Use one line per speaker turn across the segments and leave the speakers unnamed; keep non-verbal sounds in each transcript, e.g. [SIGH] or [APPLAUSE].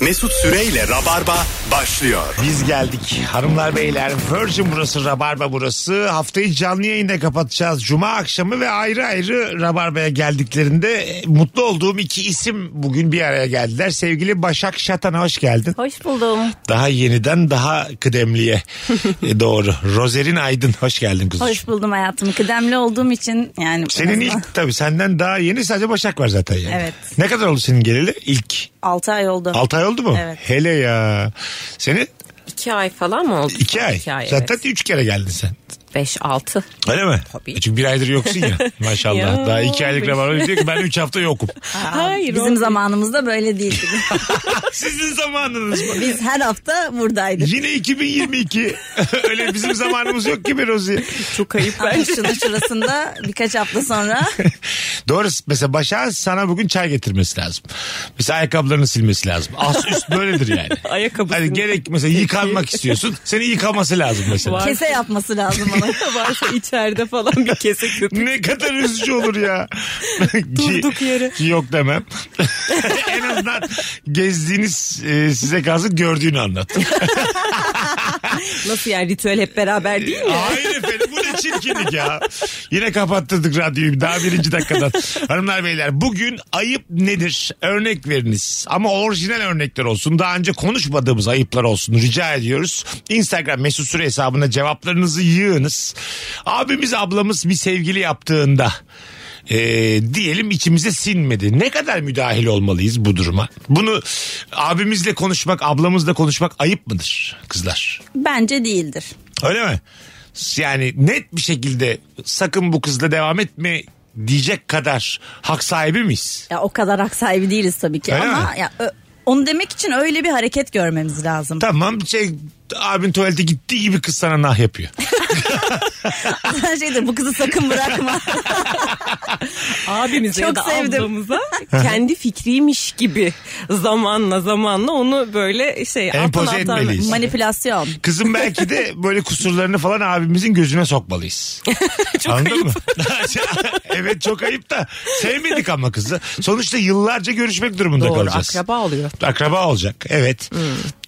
Mesut Süreyle Rabarba başlıyor.
Biz geldik. Hanımlar beyler Virgin burası, Rabarba burası. Haftayı canlı yayında kapatacağız. Cuma akşamı ve ayrı ayrı Rabarba'ya geldiklerinde e, mutlu olduğum iki isim bugün bir araya geldiler. Sevgili Başak Şatan'a hoş geldin.
Hoş buldum.
Daha yeniden daha kıdemliye
[LAUGHS]
E, doğru. Rozerin Aydın hoş geldin kızım.
Hoş buldum hayatım. Kıdemli olduğum için yani.
Senin ilk tabii senden daha yeni sadece Başak var zaten yani.
Evet.
Ne kadar oldu senin geleli? İlk.
6 ay oldu.
6 ay oldu mu?
Evet.
Hele ya. Senin
İki ay falan mı oldu?
2 ay.
İki ay
zaten 3 kere geldin sen.
evet. Beş, altı.
Öyle mi? E
Tabii.
Çünkü bir aydır yoksun
[LAUGHS]
ya maşallah.
Ya,
Daha iki aylık
beş.
Rabarba diyor ki ben üç hafta
[LAUGHS]
yokum.
Hayır.
Bizim zamanımızda böyle değildi.
Sizin zamanınız mı?
Biz her hafta
[LAUGHS]
buradaydık.
Yine 2022. [LAUGHS] Öyle bizim zamanımız yok gibi Rozi.
çok ayıp
Ama şunun şurasında birkaç hafta sonra
Doğru. Mesela Başak'ın sana bugün çay getirmesi lazım. Mesela ayakkabılarını silmesi lazım. As üst böyledir yani.
[LAUGHS] Ayakkabısını.
Hani gerek mesela yıkanmak istiyorsun. Seni yıkaması lazım mesela.
Var.
kese yapması lazım ona.
varsa içeride falan bir kese köpük.
Ne kadar üzücü olur ya. Ki-
[LAUGHS] Durduk yere.
Ki yok demem. [LAUGHS] en azından gezdiğiniz e, size kalsın gördüğünü anlat.
Nasıl yani ritüel hep beraber değil mi?
Hayır efendim bu ne çirkinlik ya. Yine kapattırdık radyoyu daha birinci dakikadan. Hanımlar beyler bugün ayıp nedir? Örnek veriniz. Ama orijinal örnekler olsun. Daha önce konuşmadığımız ayıplar olsun rica ediyoruz. Instagram mesut süre hesabına cevaplarınızı yığınız. Abimiz ablamız bir sevgili yaptığında e, diyelim içimize sinmedi. Ne kadar müdahil olmalıyız bu duruma? Bunu abimizle konuşmak, ablamızla konuşmak ayıp mıdır kızlar?
Bence değildir.
Öyle mi? Yani net bir şekilde sakın bu kızla devam etme diyecek kadar hak sahibi miyiz?
Ya o kadar hak sahibi değiliz tabii ki
Öyle
ama
mi?
ya ö- onu demek için öyle bir hareket görmemiz lazım.
Tamam şey abin tuvalete gittiği gibi kız sana nah yapıyor.
Şeydir bu kızı
[LAUGHS]
sakın bırakma.
Abimize
Çok
ya da
sevdim.
ablamıza kendi fikriymiş gibi zamanla zamanla onu böyle şey
Empoze etmeliyiz.
Manipülasyon.
Kızın belki de böyle kusurlarını falan abimizin gözüne sokmalıyız. [LAUGHS] çok ayıp. [LAUGHS] evet çok ayıp da sevmedik ama kızı. Sonuçta yıllarca görüşmek durumunda
Doğru
kalacağız.
akraba oluyor.
Akraba olacak evet.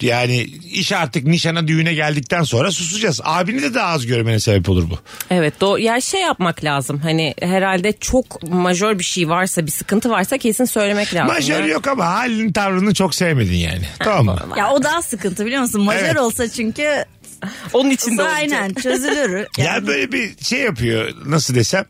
Yani iş artık nişana düğüne geldikten sonra susacağız. Abini de daha az görmene sebep olur bu.
Evet do ya şey yapmak lazım hani herhalde çok majör bir şey varsa bir sıkıntı varsa kesin söylemek lazım.
Majör
Ya.
yok ama halini tavrını çok sevmedin yani. Tamam mı?
Ya o daha sıkıntı biliyor musun? Majör
Evet.
olsa çünkü
Onun içinde olacak.
aynen çözülür.
[LAUGHS] Ya böyle bir şey yapıyor nasıl desem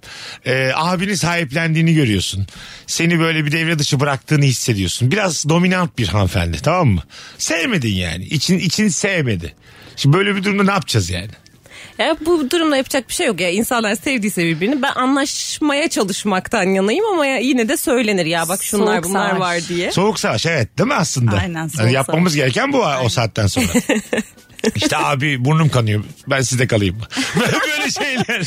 e, abini sahiplendiğini görüyorsun. Seni böyle bir devre dışı bıraktığını hissediyorsun. Biraz dominant bir hanımefendi tamam mı? Sevmedin yani. İçin, için sevmedi. Şimdi böyle bir durumda ne yapacağız yani?
Ya bu durumda yapacak bir şey yok ya. İnsanlar sevdiyse birbirini ben anlaşmaya çalışmaktan yanayım ama ya yine de söylenir ya bak şunlar
Soğuk
bunlar
savaş.
var diye.
Soğuk savaş evet değil mi aslında?
Aynen, soğuk
Yani yapmamız
savaş.
gereken bu o saatten
[LAUGHS]
sonra. işte abi burnum kanıyor ben sizde
[LAUGHS]
kalayım. böyle şeyler.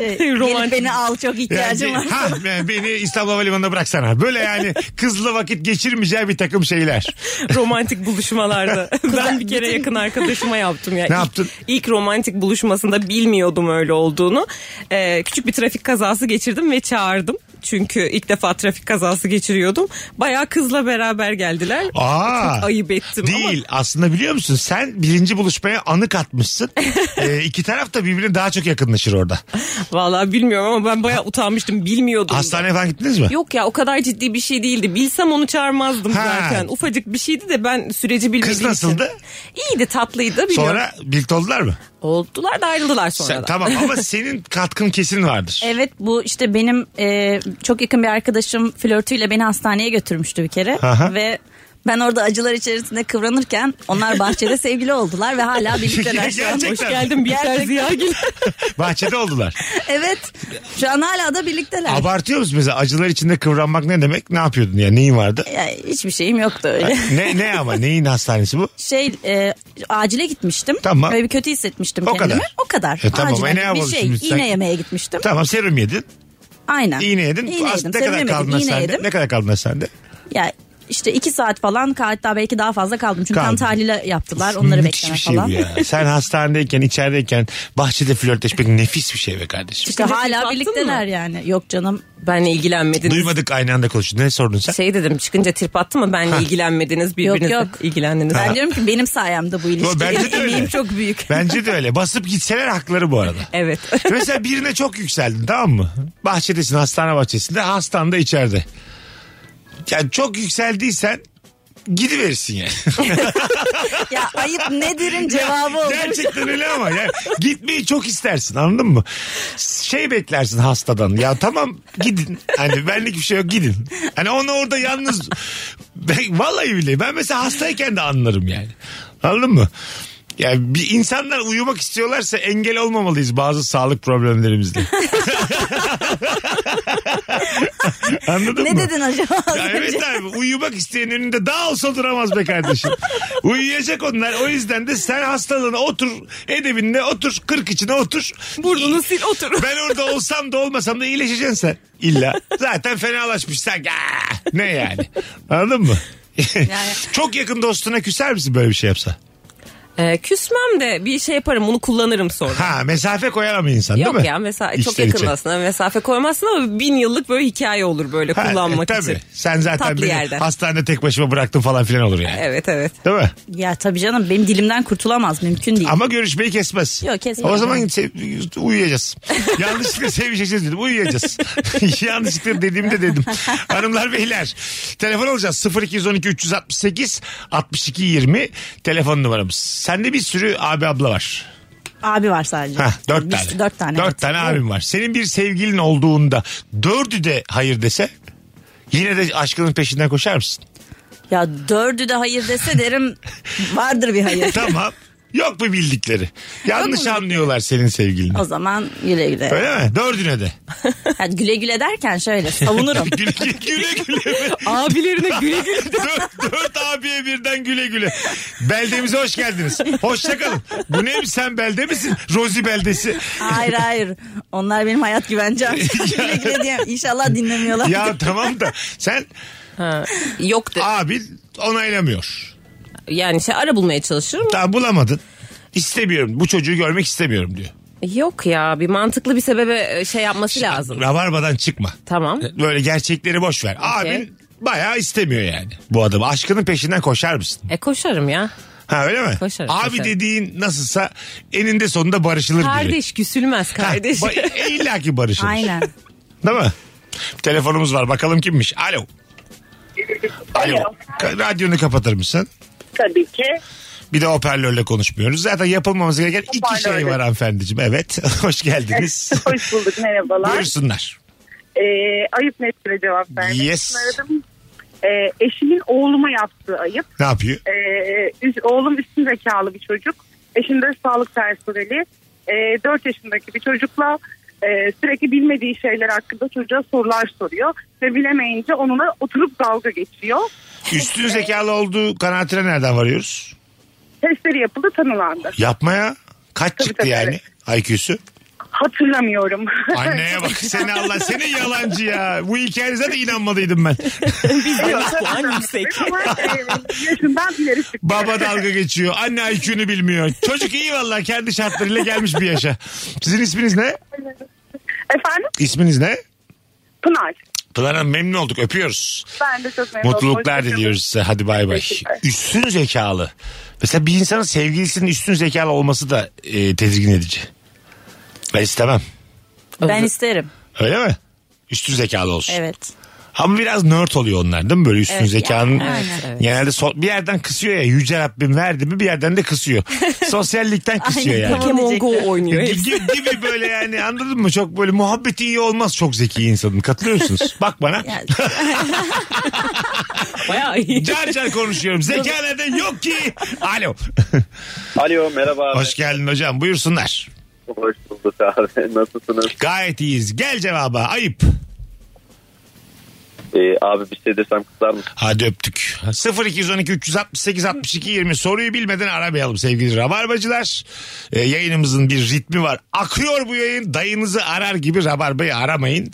Ee, gelip
Romantik.
beni al çok ihtiyacım var.
Yani, ha, yani beni İstanbul Havalimanı'nda bıraksana. Böyle yani kızla vakit geçirmeyeceği bir takım şeyler.
romantik buluşmalarda. ben bir kere yakın arkadaşıma yaptım ya.
Ne
İlk-
yaptın?
İlk romantik buluşmasında bilmiyordum öyle olduğunu. Ee, küçük bir trafik kazası geçirdim ve çağırdım. Çünkü ilk defa trafik kazası geçiriyordum. Bayağı kızla beraber geldiler.
Aa,
[LAUGHS] Çok ayıp ettim ama-
Değil aslında biliyor musun sen birinci buluşmaya anı
[LAUGHS]
katmışsın. ee, iki taraf da birbirine daha çok yakınlaşır orada.
Vallahi bilmiyorum ama ben bayağı utanmıştım. Bilmiyordum. da.
Hastaneye falan gittiniz mi?
Yok ya o kadar ciddi bir şey değildi. Bilsem onu çağırmazdım
Ha.
zaten. Ufacık bir şeydi de ben süreci bilmediğim
Kız nasıldı?
için. İyiydi tatlıydı. Bilmiyorum.
Sonra birlikte oldular mı?
Oldular da ayrıldılar
Sen-
sonra da. [LAUGHS]
tamam ama senin katkın kesin vardır.
Evet bu işte benim e, çok yakın bir arkadaşım flörtüyle beni hastaneye götürmüştü bir kere.
Aha.
Ve ben orada acılar içerisinde kıvranırken
[LAUGHS]
onlar bahçede sevgili oldular ve hala birlikteler. şu an.
Gerçekten.
Hoş geldin Bihter
Gerçekten.
Ziyagil.
Bahçede
[LAUGHS]
oldular.
evet şu an hala da birlikteler.
Abartıyor musun mesela acılar içinde kıvranmak ne demek? Ne yapıyordun ya? Neyin
[LAUGHS]
vardı?
Ya, hiçbir şeyim yoktu öyle.
ne ne ama neyin hastanesi bu?
[LAUGHS] şey e, acile gitmiştim.
Tamam.
Böyle bir kötü hissetmiştim
O
kendimi.
kadar.
O kadar.
E, tamam, e, ne
Acile bir
yapalım
şey
şimdi sen-
iğne yemeye gitmiştim.
Tamam serum yedin.
Aynen.
İğne yedin.
İğne
Az-
yedim.
Ne kadar
Sevemedim,
kaldın
iğne
hastanede?
yedim.
Ne kadar kaldın hastanede?
Ya işte iki saat falan hatta belki daha fazla kaldım. Çünkü kan
Kaldım.
tahlili yaptılar onları
Müthiş
bekleme
bir şey
falan.
bu ya. Sen hastanedeyken, içerideyken bahçede flörtleşmek nefis bir şey be kardeşim.
İşte
Kızı
hala
çıkarttın
birlikteler
mı?
yani. Yok canım
Benle ilgilenmediniz.
Duymadık aynı anda konuştun. Ne sordun sen?
Şey dedim çıkınca trip attı mı benle ilgilenmediniz birbirinizle
yok.
ilgilendiniz.
Ben diyorum ki benim sayemde bu ilişki.
bence de
Benim
öyle.
emeğim çok
[LAUGHS]
büyük.
Bence de öyle. Basıp gitseler hakları bu arada.
Evet. [LAUGHS]
Mesela birine çok yükseldin tamam mı? Bahçedesin hastane bahçesinde hastan da içeride. Yani çok yükseldiysen gidiverirsin yani.
ya ayıp
[LAUGHS]
nedirin cevabı olur.
Gerçekten öyle ama yani gitmeyi çok istersin anladın mı? Şey beklersin hastadan ya tamam gidin. Hani benlik bir şey yok gidin. Hani onu orada yalnız ben, vallahi bile ben mesela hastayken de anlarım yani. Anladın mı? Yani bir insanlar uyumak istiyorlarsa engel olmamalıyız bazı sağlık problemlerimizle. [LAUGHS] Anladın
Ne
mı?
dedin acaba az
Ya
önce?
evet abi uyumak isteyen önünde daha olsa duramaz be
[LAUGHS]
kardeşim. Uyuyacak onlar. O yüzden de sen hastalığına otur. Edebinle otur. Kırk içine otur.
Burnunu sil otur.
Ben orada olsam da olmasam da iyileşeceksin sen. İlla. Zaten fenalaşmış sen. Aa, Ne yani? Anladın mı? [LAUGHS] Çok yakın dostuna küser misin böyle bir şey yapsa?
Ee, küsmem de bir şey yaparım bunu kullanırım sonra.
Ha mesafe koyar ama insan
Yok
değil mi?
ya mesela çok
İşler
yakın
için.
aslında mesafe koymazsın ama bin yıllık böyle hikaye olur böyle
Ha,
kullanmak
e, tabii.
için.
Sen zaten
Tatlı
beni
yerden.
hastanede tek başıma bıraktın falan filan olur yani.
Evet evet.
Değil mi?
Ya tabii canım benim dilimden kurtulamaz mümkün değil.
Ama görüşmeyi kesmez.
Yok, kesmez.
O zaman se- uyuyacağız. Yanlışlıkla sevişeceğiz dedim. Uyuyacağız. [LAUGHS] Yanlışlıkla dediğimde
[LAUGHS]
dedim. Hanımlar beyler. Telefon alacağız. 0212 368 62 20 telefon numaramız. Sende bir sürü abi abla var.
Abi var sadece.
Heh, dört
Bir-
tane.
Dört tane.
Dört
evet.
tane abim var. Senin bir sevgilin olduğunda dördü de hayır dese yine de aşkının peşinden koşar
[LAUGHS]
mısın?
Ya dördü de hayır
[LAUGHS]
dese derim vardır bir hayır.
Tamam. Yok mu bildikleri? Yanlış anlıyorlar senin sevgilini.
O zaman güle güle.
Öyle mi? Dördüne de.
[LAUGHS] Yani güle güle derken şöyle
[LAUGHS]
savunurum.
güle güle güle
[LAUGHS]
güle. [LAUGHS]
Abilerine güle güle.
dört, dört abiye birden güle güle. Beldemize hoş geldiniz. Hoşça kalın. Bu ne sen belde misin? Rozi beldesi.
hayır hayır. Onlar benim
[LAUGHS]
hayat güvencem. güle güle diyemem. İnşallah dinlemiyorlar.
Ya tamam da sen
Ha, yok de.
abi onaylamıyor.
Yani şey ara bulmaya çalışırım.
Daha bulamadın. İstemiyorum. Bu çocuğu görmek istemiyorum diyor.
Yok ya bir mantıklı bir sebebe e, şey yapması lazım.
Rabarbadan çıkma.
Tamam.
Böyle gerçekleri boş ver.
Okey.
Abin bayağı istemiyor yani bu adamı. Aşkının peşinden koşar mısın?
E koşarım ya.
Ha öyle mi?
Koşarım,
Abi
koşarım.
dediğin nasılsa eninde sonunda barışılır biri.
Kardeş küsülmez
Ha,
kardeş.
ba- İlla ki barışılır.
[LAUGHS] Aynen.
Değil mi? Telefonumuz var. Bakalım kimmiş? Alo. Alo. Ka- Radyonu kapatır mısın?
Tabii ki.
Bir de hoparlörle konuşmuyoruz. Zaten yapılmaması gereken iki şey
Hoparlörle.
var hanımefendiciğim. Evet. [LAUGHS] Hoş geldiniz.
[LAUGHS] Hoş bulduk merhabalar.
Buyursunlar.
Ee, ayıp netine cevap vermek
Yes.
için aradım. Ee, eşimin oğluma yaptığı ayıp.
Ne yapıyor?
Ee, üz- oğlum üstün zekalı bir çocuk. Eşim de sağlık personeli. Ee, 4 yaşındaki bir çocukla e, sürekli bilmediği şeyler hakkında çocuğa sorular soruyor. Ve bilemeyince onunla oturup dalga geçiyor.
Üstün zekalı olduğu kanaatine nereden varıyoruz?
Testleri yapıldı tanılandı.
Yapmaya kaç
Tabii,
çıktı
tabii.
yani
[LAUGHS]
IQ'su?
Hatırlamıyorum. [LAUGHS]
Anneye bak seni Allah seni yalancı ya. Bu hikayenize de inanmadıydım ben.
Puan yüksek.
Ama, e, yaşından ileri çıktı.
Baba dalga geçiyor. Anne IQ'nu bilmiyor. Çocuk iyi vallahi kendi şartlarıyla gelmiş bir yaşa. Sizin isminiz ne?
Efendim?
İsminiz ne?
Pınar.
Pınar Hanım memnun olduk öpüyoruz.
Ben de çok memnun oldum.
Mutluluklar
Hoşçakalın.
diliyoruz size hadi bay bay.
Teşekkürler.
Üstün zekalı. Mesela bir insanın sevgilisinin üstün zekalı olması da e, tedirgin edici. Ben istemem.
Ben isterim.
Öyle mi? Üstün zekalı olsun.
Evet.
Ama biraz nerd oluyor onlar değil mi? Böyle üstün zekanın
yani, evet,
evet.
genelde so- bir yerden kısıyor ya. Yüce Rabbim verdi mi bir yerden de
[LAUGHS]
kısıyor. Sosyallikten kısıyor
Aynen,
yani.
tamam.
[LAUGHS] Pokemon Go oynuyor.
Gibi, gibi- gibi böyle yani anladın mı? Çok böyle muhabbeti iyi olmaz çok zeki insanın. Katılıyor musunuz? Bak bana. [LAUGHS]
Yani,
Bayağı iyi.
Car car konuşuyorum. Zeka neden yok ki? Alo.
Alo merhaba.
Hoş geldin hocam. Buyursunlar.
Hoş bulduk abi. [LAUGHS] Nasılsınız?
Gayet iyiyiz. Gel cevaba. Ayıp.
Ee, abi bir şey desem kızar mısın?
Hadi öptük. 0212 368 62 20 soruyu bilmeden aramayalım sevgili rabarbacılar. Ee, yayınımızın bir ritmi var. Akıyor bu yayın. Dayınızı arar gibi rabarbayı aramayın.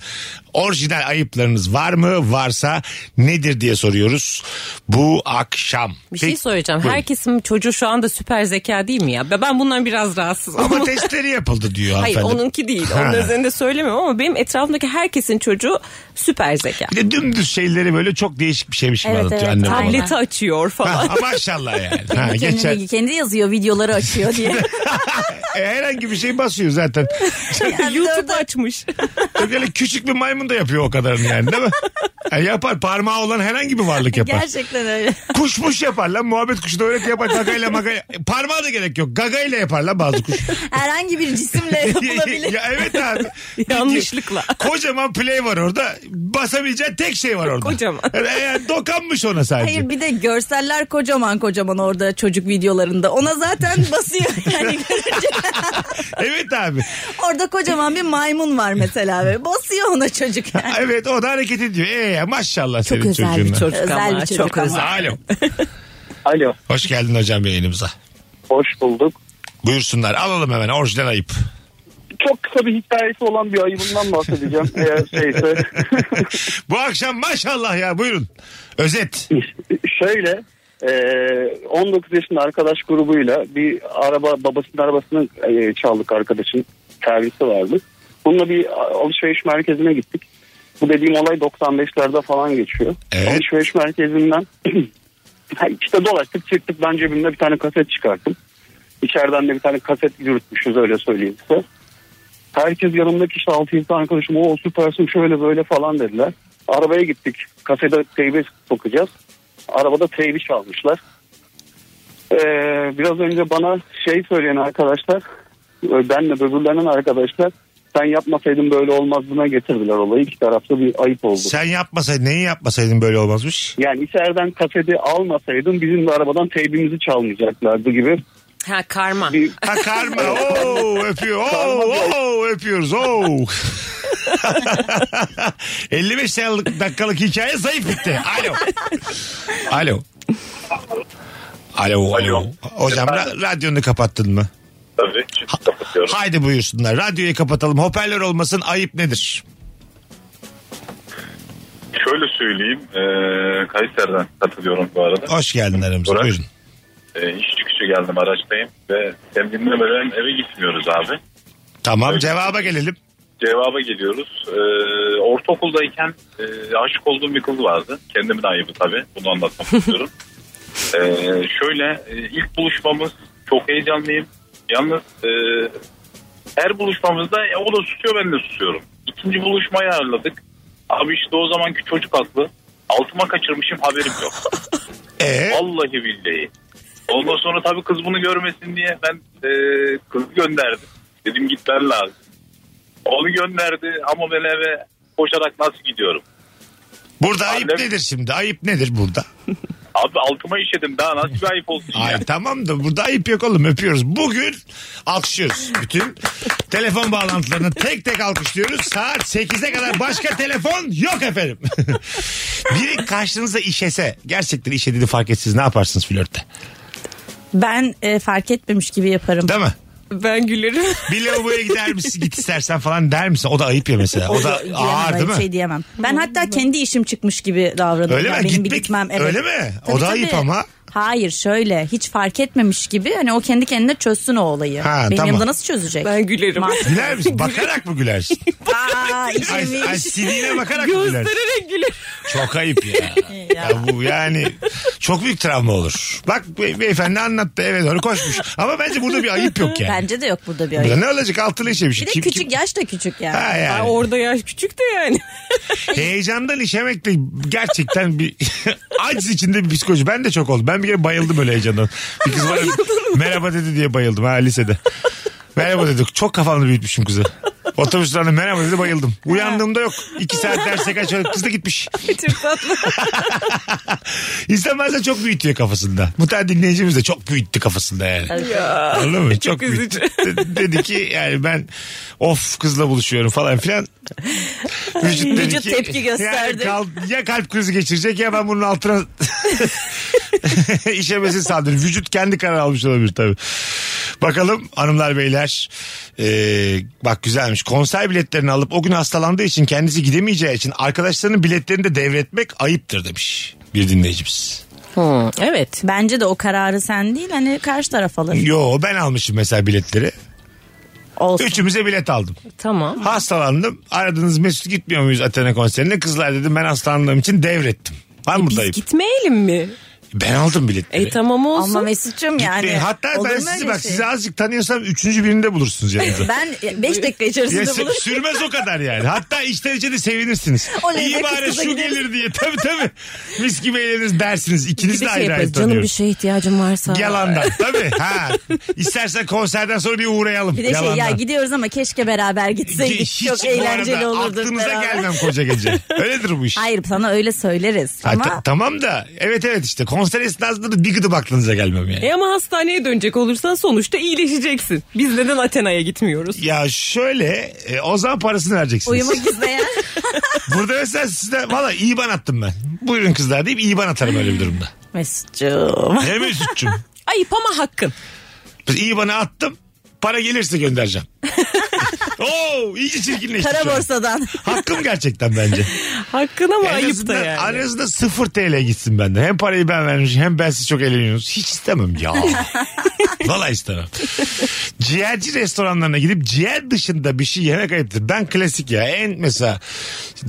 Orijinal ayıplarınız var mı? Varsa nedir diye soruyoruz bu akşam.
Bir şey
Peki-
söyleyeceğim.
Buyurun.
Herkesin çocuğu şu anda süper zeka değil mi ya? Ben bundan biraz rahatsızım.
Ama [LAUGHS] testleri yapıldı diyor
Hayır
hanımefendi.
onunki değil. Onun
Ha.
üzerinde söylemiyorum ama benim etrafımdaki herkesin çocuğu süper zeka.
Bir de dümdüz şeyleri böyle çok değişik bir şeymiş gibi
Evet,
anlatıyor
evet,
annem bana.
aynen.
Tableti açıyor falan. [LAUGHS]
Ha, maşallah yani. Ha,
Kendi,
geçen,
bilgi- kendi yazıyor videoları
[LAUGHS]
açıyor diye.
E, herhangi bir şey basıyor zaten.
Yani
YouTube
dördü- [LAUGHS]
açmış.
Böyle küçük bir maymun da yapıyor o kadarını yani değil mi? E, yapar parmağı olan herhangi bir varlık yapar.
Gerçekten öyle.
Kuş muş yapar lan muhabbet kuşu da öyle yapar gagayla magayla. E, Parmağı da gerek yok gagayla yapar lan bazı
[LAUGHS]
kuş.
Herhangi bir cisimle
[LAUGHS]
yapılabilir.
ya evet abi.
Yanlışlıkla.
Kocaman play var orada. Basabileceğin tek şey var orada.
Kocaman.
E, yani dokanmış ona sadece.
Hayır bir de görseller kocaman kocaman orada çocuk videolarında. Ona zaten basıyor [LAUGHS] yani görünce.
Evet abi.
Orada kocaman bir maymun var mesela böyle. Basıyor
[LAUGHS]
ona çocuk yani.
Evet o da hareket ediyor. E, maşallah senin
Çok özel bir
çocuğuna.
çocuk
Çocuk
Özel
ama,
bir çocuk
çok
ama.
özel.
Alo.
Alo.
Hoş geldin hocam yayınımıza.
Hoş bulduk.
Buyursunlar alalım hemen orijinal ayıp.
Çok kısa bir hikayesi olan bir ayıbından [LAUGHS] bahsedeceğim. Eğer şeyse.
Bu akşam maşallah ya buyurun. Özet.
Şöyle e, 19 yaşında arkadaş grubuyla bir araba babasının arabasını e, çaldık arkadaşın servisi vardı. Bununla bir alışveriş merkezine gittik. Bu dediğim olay 95'lerde falan geçiyor.
Evet.
Alışveriş merkezinden [CLEARS THROAT] işte dolaştık çıktık ben cebimde bir tane kaset çıkarttım. İçeriden de bir tane kaset yürütmüşüz öyle söyleyeyim size. Herkes yanımdaki işte 6-7 arkadaşım o süpersin şöyle böyle falan dediler. Arabaya gittik. Kafede teybe sokacağız. Arabada teybi çalmışlar. Ee, biraz önce bana şey söyleyen arkadaşlar benle böbürlenen arkadaşlar sen yapmasaydın böyle olmazlığına getirdiler olayı. İki tarafta bir ayıp oldu.
Sen yapmasaydın neyi yapmasaydın böyle olmazmış.
Yani içeriden kaseti almasaydın bizim de arabadan teybimizi çalmayacaklardı gibi.
Ha karma.
Bir
Ha karma. [LAUGHS] Oo, öpüyor. Oo, oo, öpüyoruz. [LAUGHS] Oo. 55 dakikalık- dakikalık hikaye zayıf bitti. Alo. Alo. Alo. Alo. Hocam ra- radyonu kapattın mı?
Tabii çünkü kapatıyorum.
Haydi buyursunlar. Radyoyu kapatalım. Hoparlör olmasın. Ayıp nedir?
Şöyle söyleyeyim. E, Kayseri'den katılıyorum bu arada.
Hoş geldin aramıza.
Burak.
Buyurun.
E, iş çıkışı geldim araçtayım ve hem dinlemeden eve gitmiyoruz abi.
Tamam cevaba gelelim.
Cevaba geliyoruz. E, ortaokuldayken e, aşık olduğum bir kız vardı. Kendimin ayıbı tabii. Bunu anlatmak istiyorum. E, şöyle e, ilk buluşmamız çok heyecanlıyım. Yalnız e, her buluşmamızda e, o da susuyor ben de susuyorum. İkinci buluşmayı ayarladık. Abi işte o zamanki çocuk aklı. Altıma kaçırmışım haberim yok.
Ee,
Vallahi billahi. Ondan sonra tabii kız bunu görmesin diye ben e, kızı gönderdim. Dedim gitmen lazım. Onu gönderdi ama ben eve koşarak nasıl gidiyorum?
burada ayıp
Annem-
nedir şimdi? Ayıp nedir burada?
Abi altıma işedim daha nasıl bir
[LAUGHS]
ayıp olsun ya.
Ay tamam da burada ayıp yok oğlum öpüyoruz. Bugün alkışlıyoruz bütün telefon bağlantılarını tek tek alkışlıyoruz. Saat 8'e kadar başka telefon yok efendim. [LAUGHS] Biri karşınıza işese gerçekten işediğini fark etsiz ne yaparsınız flörtte
Ben e, fark etmemiş gibi yaparım.
değil mi?
Ben gülerim.
Bir lavaboya gider misin git istersen falan der misin? O da ayıp ya mesela. O da
Diyemem,
ağır
ben
değil mi?
Şey diyemem. Ben hatta kendi işim çıkmış gibi davranırım.
Öyle
Yani
mi?
Benim bir
Gitmek-
gitmem. Evet.
öyle mi? O da ayıp ama.
Hayır şöyle hiç fark etmemiş gibi hani o kendi kendine çözsün o olayı.
Ha,
Benim
tamam.
yanımda nasıl çözecek?
Ben gülerim.
Ma-
Güler misin? Bakarak mı gülersin? [LAUGHS]
Aa,
Ay,
işimi-
ay sidiğine bakarak mı gülersin?
Göstererek gülerim.
Çok ayıp
[LAUGHS]
ya.
Ya.
ya bu yani çok büyük travma olur. Bak be- beyefendi anlattı eve doğru koşmuş. Ama bence burada bir ayıp yok yani.
Bence de yok burada bir
Burada
ayıp.
ne olacak altına işemiş.
Bir de
Kim-
küçük
kim-
yaş da küçük yani.
Ha yani.
Ha, orada yaş küçük de yani. [LAUGHS]
Heyecandan işemek de gerçekten bir [LAUGHS] aciz içinde bir psikoloji. Ben de çok oldum. Ben bir kere bayıldım öyle heyecandan. Bir kız bana merhaba dedi diye bayıldım ha lisede. merhaba dedi. Çok kafamda büyütmüşüm kızı. Otobüs durağında merhaba dedi bayıldım. Uyandığımda yok. İki saat derse kaç kız da gitmiş.
Çok tatlı.
İnsan bazen çok büyütüyor kafasında. Bu tane dinleyicimiz de çok büyüttü kafasında yani. Anladın mı? Çok, büyüttü. De- dedi ki yani ben of kızla buluşuyorum falan filan. Vücut, dedi
Vücut tepki
Yani
gösterdi.
kal- ya kalp krizi geçirecek ya ben bunun altına [LAUGHS] işemesi sandım. Vücut kendi karar almış olabilir tabii. Bakalım hanımlar beyler. Ee, bak güzelmiş. Konser biletlerini alıp o gün hastalandığı için kendisi gidemeyeceği için arkadaşlarının biletlerini de devretmek ayıptır demiş bir dinleyicimiz.
Evet.
Bence de o kararı sen değil hani karşı taraf alır.
Yo ben almışım mesela biletleri.
Olsun.
Üçümüze bilet aldım.
Tamam.
Hastalandım. Aradınız Mesut gitmiyor muyuz Athena konserine? Kızlar dedim ben hastalandığım için devrettim. Ben
E, Biz
buradayım.
gitmeyelim mi?
Ben aldım biletleri.
E tamam olsun.
Ama Mesut'cum yani.
Ve hatta
olur
ben
mu
sizi
öyle
bak
hani şey?
sizi azıcık tanıyorsam üçüncü birinde bulursunuz yanınızda.
[LAUGHS] Ben 5 dakika
Ya
içerisinde
sü-
bulurum.
sürmez o kadar yani. Hatta içten içe de sevinirsiniz.
Oley,
İyi
be,
bari
kız kıza
şu
gideriz.
gelir diye. Tabii tabii. Mis gibi eğleniriz dersiniz. İkiniz de
bir şey
ayrı ayrı
yaparız. Canım bir
tanıyoruz.
şeye ihtiyacım varsa.
Yalandan tabii. Ha. İstersen konserden sonra bir uğrayalım.
Bir de
Yalandan.
şey ya gidiyoruz ama keşke beraber gitseydik.
Ki hiç
Çok
bu arada
eğlenceli olurdu.
Aklımıza
beraber.
gelmem koca gece. Öyledir bu iş.
Hayır sana öyle söyleriz
Ha,
ama
ta- tamam da evet evet işte konser esnasında da bir gıdım aklınıza gelmem yani.
E ama hastaneye dönecek olursan sonuçta iyileşeceksin. Biz neden Athena'ya gitmiyoruz?
Ya şöyle e, o zaman parasını vereceksiniz.
uyumak izleyen
[LAUGHS] Burada mesela size valla iban attım ben. Buyurun kızlar deyip iban atarım öyle bir durumda.
Mesut'cum.
Ne Mesut'cum?
Ayıp ama hakkın.
Biz ibanı attım. Para gelirse
[LAUGHS]
göndereceğim. Oo iyice çirkinleşti.
Kara
şu an.
borsadan.
Hakkım gerçekten bence.
Hakkın ama
en
ayıp da
azından
yani.
aranızda sıfır TL gitsin benden. Hem parayı ben vermiş hem ben siz çok eğleniyorsunuz. Hiç istemem
[LAUGHS]
ya. Valla istemem. Ciğerci restoranlarına gidip ciğer dışında bir şey yemek ayıptır. Ben klasik ya. En mesela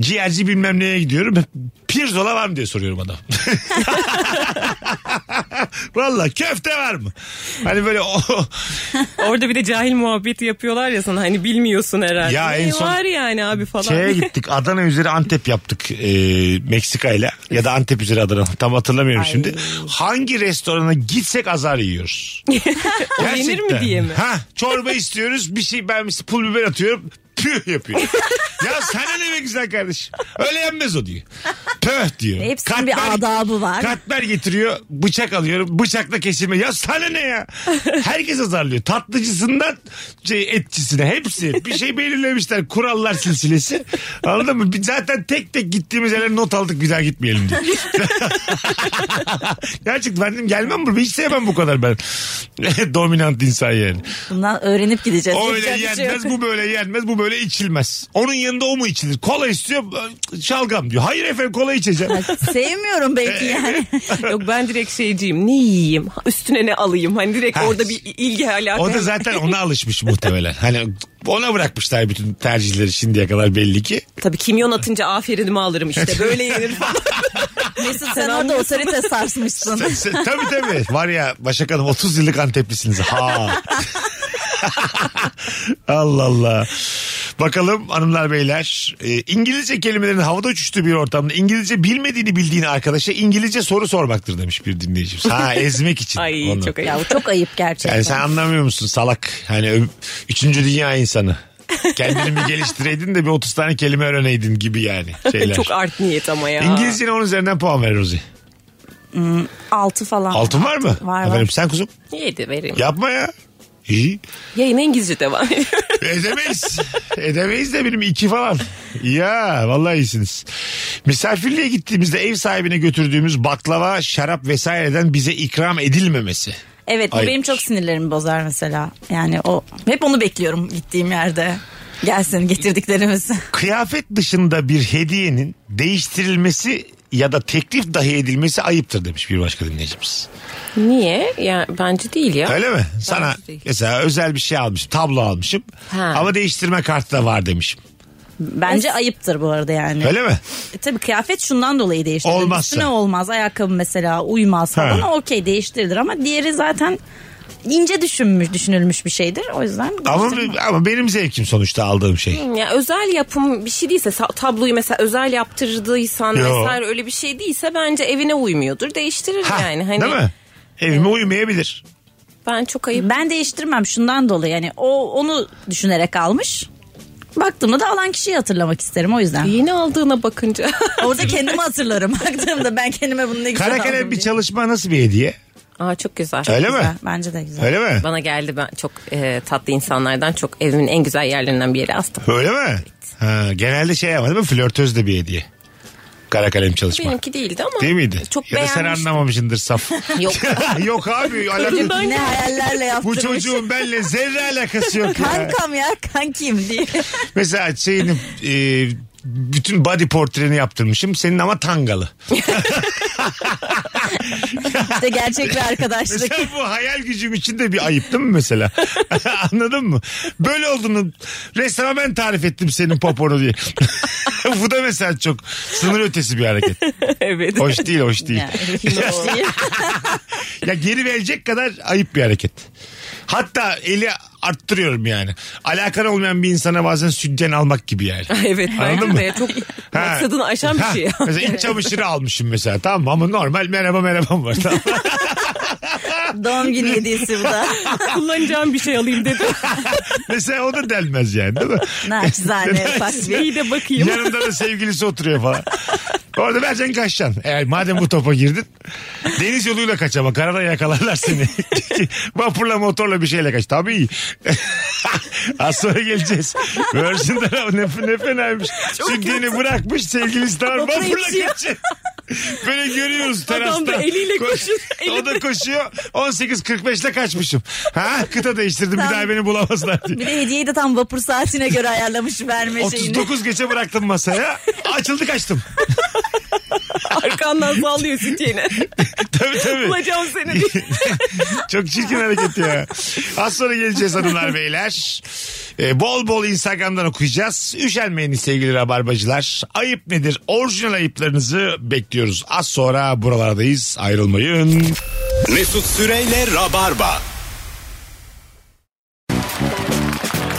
ciğerci bilmem neye gidiyorum. Pirzola var mı diye soruyorum
[LAUGHS]
adam. Valla köfte var mı? Hani böyle o
Orada bir de cahil muhabbeti yapıyorlar ya sana hani bilmiyorsun herhalde.
Ya en
Ne
son-
Var yani abi falan.
şeye gittik Adana üzeri Antep yaptık e, Meksika ile ya da Antep üzeri Adana tam hatırlamıyorum şimdi. Hangi restorana gitsek azar yiyoruz.
[LAUGHS] Yenir mi diye mi?
Ha, çorba istiyoruz bir şey ben mesela pul biber atıyorum püh
[LAUGHS]
yapıyor. ya sana ne be güzel kardeşim. Öyle yenmez o diyor. Pöh diyor.
Hepsinin bir adabı var.
Katmer getiriyor bıçak alıyorum bıçakla kesilme. Ya sana ne
[LAUGHS]
ya. Herkes azarlıyor. Tatlıcısından şey, etçisine hepsi. Bir şey belirlemişler kurallar silsilesi. Anladın mı? Biz zaten tek tek gittiğimiz yerlere not aldık bir daha gitmeyelim
[LAUGHS]
diye. Gerçekten ben dedim gelmem buraya hiç sevmem bu kadar ben. [LAUGHS] Dominant insan yani.
Bundan öğrenip gideceğiz.
O öyle
Yapacak bir şey yok.
yenmez, bu böyle yenmez, bu böyle içilmez. Onun yanında o mu içilir? Kola istiyor, şalgam diyor. Hayır efendim kola içeceğim.
Sevmiyorum belki yani.
Yok ben direkt şeyciyim. Ne yiyeyim? Ha, Üstüne ne alayım? Hani direkt
Ha.
orada bir ilgi alaka.
O da zaten ona alışmış muhtemelen. Hani ona bırakmışlar bütün tercihleri şimdiye kadar belli ki.
Tabii kimyon atınca aferinimi alırım işte. Böyle yenir
[LAUGHS]
falan.
Mesut sen
Sen
orada otorite sarsmışsın.
Sen- sen- [LAUGHS] tabii tabii. Var ya Başak Hanım 30 yıllık Anteplisiniz. Ha. [LAUGHS] Allah Allah. Bakalım hanımlar beyler. Ee, İngilizce kelimelerin havada uçuştuğu bir ortamda İngilizce bilmediğini bildiğin arkadaşa İngilizce soru sormaktır demiş bir dinleyicimiz. Ha ezmek için.
Ay
onu.
çok ayıp.
ya bu çok ayıp gerçekten.
Yani sen anlamıyor musun salak? Hani ö- üçüncü dünya insanı. Kendini bir geliştireydin de bir 30 tane kelime öğreneydin gibi yani şeyler.
[LAUGHS] Çok art niyet ama ya.
İngilizce'ne 10 üzerinden puan ver Rozi.
Altı falan.
Altın var mı?
Var, var.
Efendim sen kuzum
Yedi vereyim.
yapma ya. İyi.
Yayına İngilizce devam ediyor.
Edemeyiz. Edemeyiz de benim iki falan. Ya vallahi iyisiniz. Misafirliğe gittiğimizde ev sahibine götürdüğümüz baklava, şarap vesaireden bize ikram edilmemesi.
Evet bu
Ayıp.
benim çok sinirlerimi bozar mesela. Yani o hep onu bekliyorum gittiğim yerde. Gelsin getirdiklerimiz.
Kıyafet dışında bir hediyenin değiştirilmesi ya da teklif dahi edilmesi ayıptır demiş bir başka dinleyicimiz.
[LAUGHS] Niye? Ya bence değil ya.
Öyle mi? Sana
değil.
mesela özel bir şey almışım, tablo almışım
Ha.
ama değiştirme kartı da var demişim.
Bence ayıptır bu arada yani.
Öyle mi?
E, tabii kıyafet şundan dolayı değiştirilir.
Olmazsa.
Üstüne olmaz. Ayakkabı mesela uymaz falan.
Ha.
Okey değiştirilir ama diğeri zaten ince düşünmüş, düşünülmüş bir şeydir. O yüzden
Ama,
değiştirmem.
ama benim zevkim sonuçta aldığım şey.
Ya özel yapım bir şey değilse sa- tabloyu mesela özel yaptırdıysan
Yo.
vesaire öyle bir şey değilse bence evine uymuyordur. Değiştirir
Ha,
yani. Hani
Değil mi? Evime uymayabilir.
ben çok ayıp.
ben değiştirmem şundan dolayı. Yani o onu düşünerek almış. Baktığımda da alan kişiyi hatırlamak isterim o yüzden.
[LAUGHS] Yeni aldığına bakınca. [LAUGHS]
Orada kendimi hatırlarım. Baktığımda ben kendime bunu ne güzel
Kara
aldım
kalem bir
diye.
çalışma nasıl bir hediye?
Aa çok güzel.
Öyle
Güzel,
mi?
Bence de güzel.
Öyle mi?
Bana geldi ben çok e, tatlı insanlardan çok evimin en güzel yerlerinden bir yere astım.
Öyle mi? Ha, genelde şey ama değil mi? Flörtöz de bir hediye. Kara kalem çalışma.
Benimki değildi ama
Değil miydi?
çok
ya da sen
beğenmiştim.
anlamamışsındır saf.
[LAUGHS]
[LAUGHS]
Yok.
yok abi. alakası-
Çocuğundan-
Ne hayallerle
Bu
yaptırmış.
çocuğun benimle zerre alakası yok ya.
Kankam ya kankim diye.
Mesela şeyini e, bütün body portreni yaptırmışım. Senin ama tangalı.
İşte gerçek
[LAUGHS]
bir arkadaşlık.
Mesela bu hayal gücüm için de bir ayıp değil mi mesela? Anladın mı? Böyle olduğunu resmen ben tarif ettim senin poponu diye. [LAUGHS] bu da mesela çok sınır ötesi bir hareket.
evet.
Hoş değil hoş değil.
Yani, hiç değil.
Ya geri verecek kadar ayıp bir hareket. Hatta eli arttırıyorum yani. Alakan olmayan bir insana bazen sütten almak gibi yani.
[LAUGHS] Evet
Anladın
bence
mı?
de çok
Ha.
maksadını aşan bir
Ha,
şey.
Mesela iç çamaşırı almışım mesela tamam mı? Ama normal merhaba merhabam var. Tamam. mı? [LAUGHS]
Doğum
[LAUGHS]
günü hediyesi bu da.
[LAUGHS] Kullanacağım bir şey
[LAUGHS]
alayım dedim.
mesela o da delmez yani değil mi?
Naçizane ufak bir.
İyi de bakayım.
Yanımda da sevgilisi oturuyor falan. Orada vereceksin kaçacaksın. Eğer madem bu topa girdin. Deniz yoluyla kaç ama karada yakalarlar seni. [LAUGHS] Vapurla motorla bir şeyle kaç. Tabii [LAUGHS] iyi. Az sonra geleceğiz. Virgin'de ne, ne fenaymış. Sütliğini bırakmış sevgilisi tamam
Vapura
vapurla
yetişiyor.
kaçıyor. [LAUGHS] Böyle görüyoruz
Adam da
terasta.
eliyle
Koş-
koşuyor,
[LAUGHS] O da koşuyor. 18.45'te kaçmışım. Ha kıta değiştirdim bir
Tam-
daha beni bulamazlar diye.
Bir de hediyeyi de tam vapur saatine göre ayarlamış verme şeyini.
39 geçe bıraktım [LAUGHS] masaya. Açıldı kaçtım.
[LAUGHS]
Arkandan sallıyor sütyeni.
tabii tabii.
Bulacağım seni diye.
Çok çirkin hareket ya. Az sonra geleceğiz hanımlar beyler. Ee, bol bol Instagram'dan okuyacağız. Üşenmeyin sevgili rabarbacılar. Ayıp nedir? Orijinal ayıplarınızı bekliyoruz. Az sonra buralardayız. Ayrılmayın.
Mesut Süreyle Rabarba.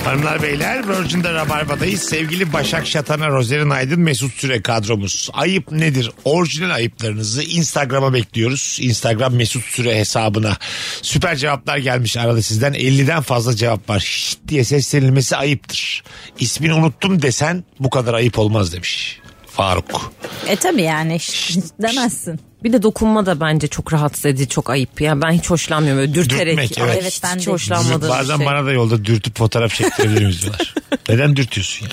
Hanımlar beyler Virgin'de Rabarba'dayız. Sevgili Başak Şatan'a, Rozerin Aydın, Mesut Süre kadromuz. Ayıp nedir? Orijinal ayıplarınızı Instagram'a bekliyoruz. Instagram Mesut Süre hesabına. Süper cevaplar gelmiş arada sizden. 50'den fazla cevap var. Şşt diye seslenilmesi ayıptır. İsmini unuttum desen bu kadar ayıp olmaz demiş. Faruk.
E tabi yani şşş demezsin.
Bir de dokunma da bence çok rahatsız edici, çok ayıp. Yani ben hiç hoşlanmıyorum böyle dürterek.
Dürtmek, evet.
Ay,
Evet,
hiç,
ben de.
hoşlanmadığım
Bazen
bir şey.
bana da yolda dürtüp fotoğraf çektirebilir miyiz diyorlar. Neden dürtüyorsun ya?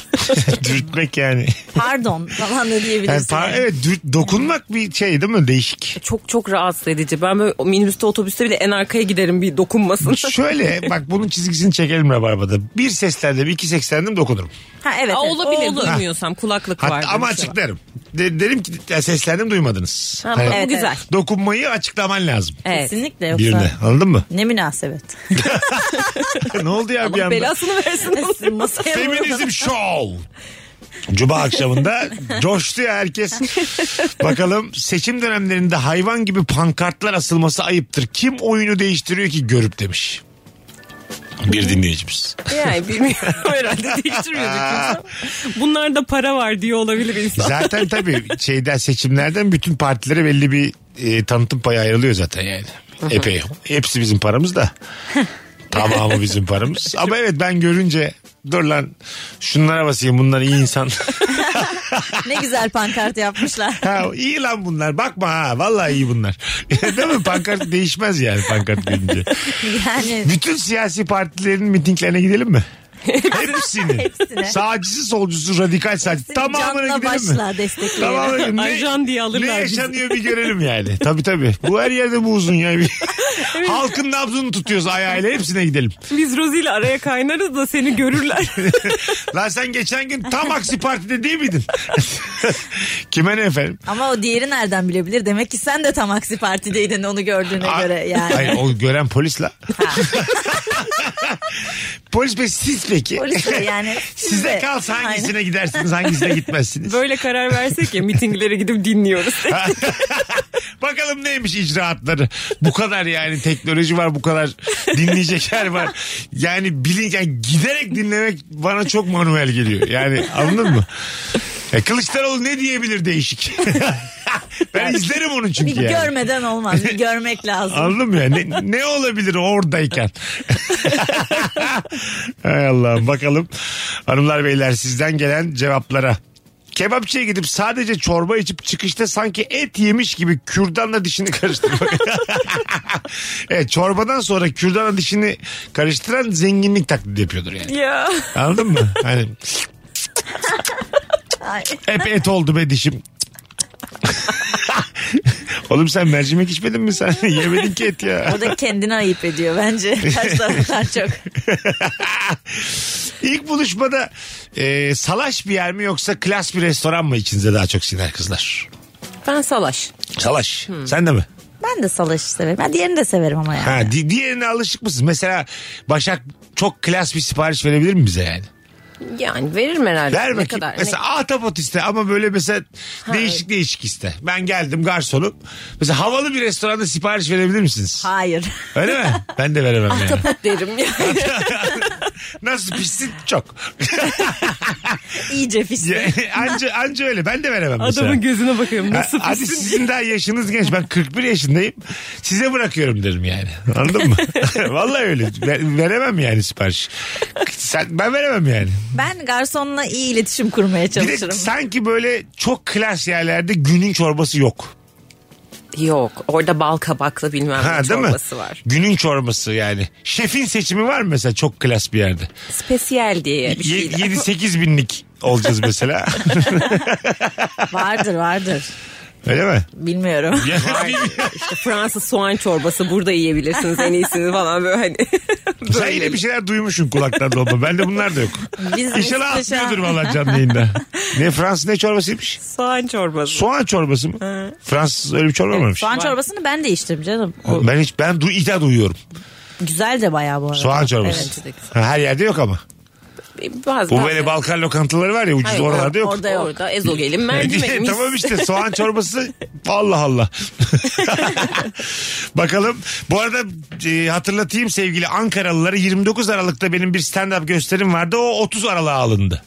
Dürtmek yani.
Pardon falan da
Yani
diyebilirsin.
par- evet dürt- dokunmak bir şey değil mi? Değişik.
Çok çok rahatsız edici. Ben böyle minibüste otobüste bile en arkaya giderim bir dokunmasın. [LAUGHS]
Şöyle bak bunun çizgisini çekelim Rabarba'da. Bir seslendim, iki seslendim dokunurum.
Ha evet.
Aa,
evet.
olabilir
Oldu.
duymuyorsam kulaklık şey var.
Hatta, ama açıklarım. De- derim ki ya seslendim duymadınız.
Ha,
Hani
bu
Evet,
güzel.
Dokunmayı açıklaman lazım.
Evet.
Kesinlikle yoksa.
Birine anladın mı? [LAUGHS]
Ne
[LAUGHS]
münasebet.
ne oldu ya bir anda?
Belasını
[LAUGHS]
versin.
Masaya vurdu.
[LAUGHS] Feminizm Show. Cuma akşamında coştu ya
[LAUGHS]
herkes. Bakalım seçim dönemlerinde hayvan gibi pankartlar asılması ayıptır. Kim oyunu değiştiriyor ki görüp demiş. Bir dinleyicimiz.
yani bilmiyorum [LAUGHS] herhalde değiştirmiyorduk kimse. Bunlarda para var diye olabilir insan.
Zaten tabii şeyden seçimlerden bütün partilere belli bir e, tanıtım payı ayrılıyor zaten yani. Epey. Hepsi bizim paramız da. Tamamı bizim paramız. Ama evet ben görünce dur lan şunlara basayım bunlar iyi insan. [LAUGHS]
ne güzel pankart yapmışlar.
ha, iyi lan bunlar bakma ha vallahi iyi bunlar. [LAUGHS] Değil mi pankart değişmez yani pankart görünce.
Yani
Bütün siyasi partilerin mitinglerine gidelim
[LAUGHS]
mi? Hepsini.
Hepsine.
Sağcısı, solcusu, radikal sağcısı. Tamamına
canla
gidelim mi?
başla destekleyelim.
Tamam. Ne,
Ajan diye alırlar
ne
bizi.
yaşanıyor bir görelim yani. Tabii tabii. Bu her yerde bu uzun ya. Bir- Halkın nabzını tutuyoruz ayağıyla hepsine gidelim.
Biz Rozi ile araya kaynarız da
[LAUGHS]
seni görürler.
Lan sen geçen gün tam aksi partide değil miydin? [LAUGHS] Kime ne efendim?
Ama o diğeri nereden bilebilir? Demek ki sen de tam aksi partideydin onu gördüğüne
A-
göre yani.
Hayır o gören polis la. polis bey siz peki? [LAUGHS]
Polis bey yani. siz
Size
de-
kalsa hangisine
Aynen.
gidersiniz hangisine gitmezsiniz?
Böyle karar versek ya mitinglere
[LAUGHS]
gidip dinliyoruz.
Bakalım neymiş icraatları. Bu kadar yani teknoloji var, bu kadar dinleyecek yer var. Yani bilin yani giderek dinlemek bana çok manuel geliyor. Yani anladın mı? E, Kılıçdaroğlu ne diyebilir değişik? [LAUGHS] ben izlerim onu
Bir
çünkü yani.
görmeden olmaz. Bir görmek lazım.
Anladın mı ya? Ne, ne olabilir oradayken? [LAUGHS] Hay Allah'ım bakalım. Hanımlar beyler sizden gelen cevaplara. Kebapçıya gidip sadece çorba içip çıkışta sanki et yemiş gibi kürdanla dişini karıştırmak. [LAUGHS] evet çorbadan sonra kürdanla dişini karıştıran zenginlik taklidi yapıyordur yani.
ya.
[LAUGHS] Anladın mı? Hani
Ay,
hep et oldu be dişim. [LAUGHS] Oğlum sen mercimek içmedin mi sen? [LAUGHS] Yemedin ki et ya. [LAUGHS]
O da kendine ayıp ediyor bence. Karşı taraftan çok.
İlk buluşmada e, salaş bir yer mi yoksa klas bir restoran mı içinize daha çok siner kızlar?
Ben salaş.
Salaş. Sen de mi?
Ben de salaşı severim. Ben diğerini de severim ama yani.
Ha, di- diğerine alışık mısın? Mesela Başak çok klas bir sipariş verebilir mi bize yani?
Yani veririm herhalde.
Ver
ne
bakayım.
kadar?
mesela ahtapot iste ama böyle mesela değişik değişik iste. Ben geldim garsonum. Mesela havalı bir restoranda sipariş verebilir misiniz?
Hayır. [LAUGHS]
Öyle mi? Ben de veremem yani.
Hani Ahtapot derim
[LAUGHS]
yani.
şey. Nasıl pişsin?
[LAUGHS]
Çok.
İyice fişti.
anca, anca öyle. Ben de veremem mesela.
Adamın gözüne bakıyorum. Nasıl
Ha, Hadi sizin daha yaşınız genç. Ben 41 yaşındayım. Size bırakıyorum derim yani. Anladın
[LAUGHS]
mı? Vallahi öyle. Ver- veremem yani sipariş. Sen, ben veremem yani.
Ben garsonla iyi iletişim kurmaya
Bir de
çalışırım.
sanki böyle çok klas yerlerde günün çorbası yok.
Yok orada bal kabaklı bilmem
Ha,
ne
değil mi?
çorbası var.
Günün çorbası yani. Şefin seçimi var mı mesela çok klas bir yerde?
Spesiyel diye bir
Ye-
şey. [LAUGHS]
7-8 binlik olacağız mesela.
Vardır vardır.
Öyle mi?
Bilmiyorum.
Ya,
Fransız soğan çorbası burada yiyebilirsiniz en iyisini falan böyle hani.
sen yine bir şeyler duymuşsun kulaktan dolma. Bende bunlar da
[LAUGHS]
yok.
Biz
İnşallah
mesela-
atmıyordur valla canlı yayında. Ne Fransız ne çorbasıymış?
soğan çorbası.
Soğan çorbası mı? Fransız öyle bir çorba mıymış?
Soğan çorbasını ben de içtim canım. O
Ben hiç ben du ilk defa duyuyorum.
güzel de bayağı bu arada.
Soğan çorbası.
Evet, de güzel.
Ha, her yerde yok ama.
Bazı
Bu böyle Balkan lokantaları var ya ucuz
Hayır,
oralarda yok.
Orada yok.
[LAUGHS]
Orada ezogelin mercimek mis.
tamam işte soğan çorbası Allah Allah. [LAUGHS] Bakalım. Bu arada e, hatırlatayım sevgili Ankaralıları 29 Aralık'ta benim bir stand-up gösterim vardı. O 30 Aralık'a alındı.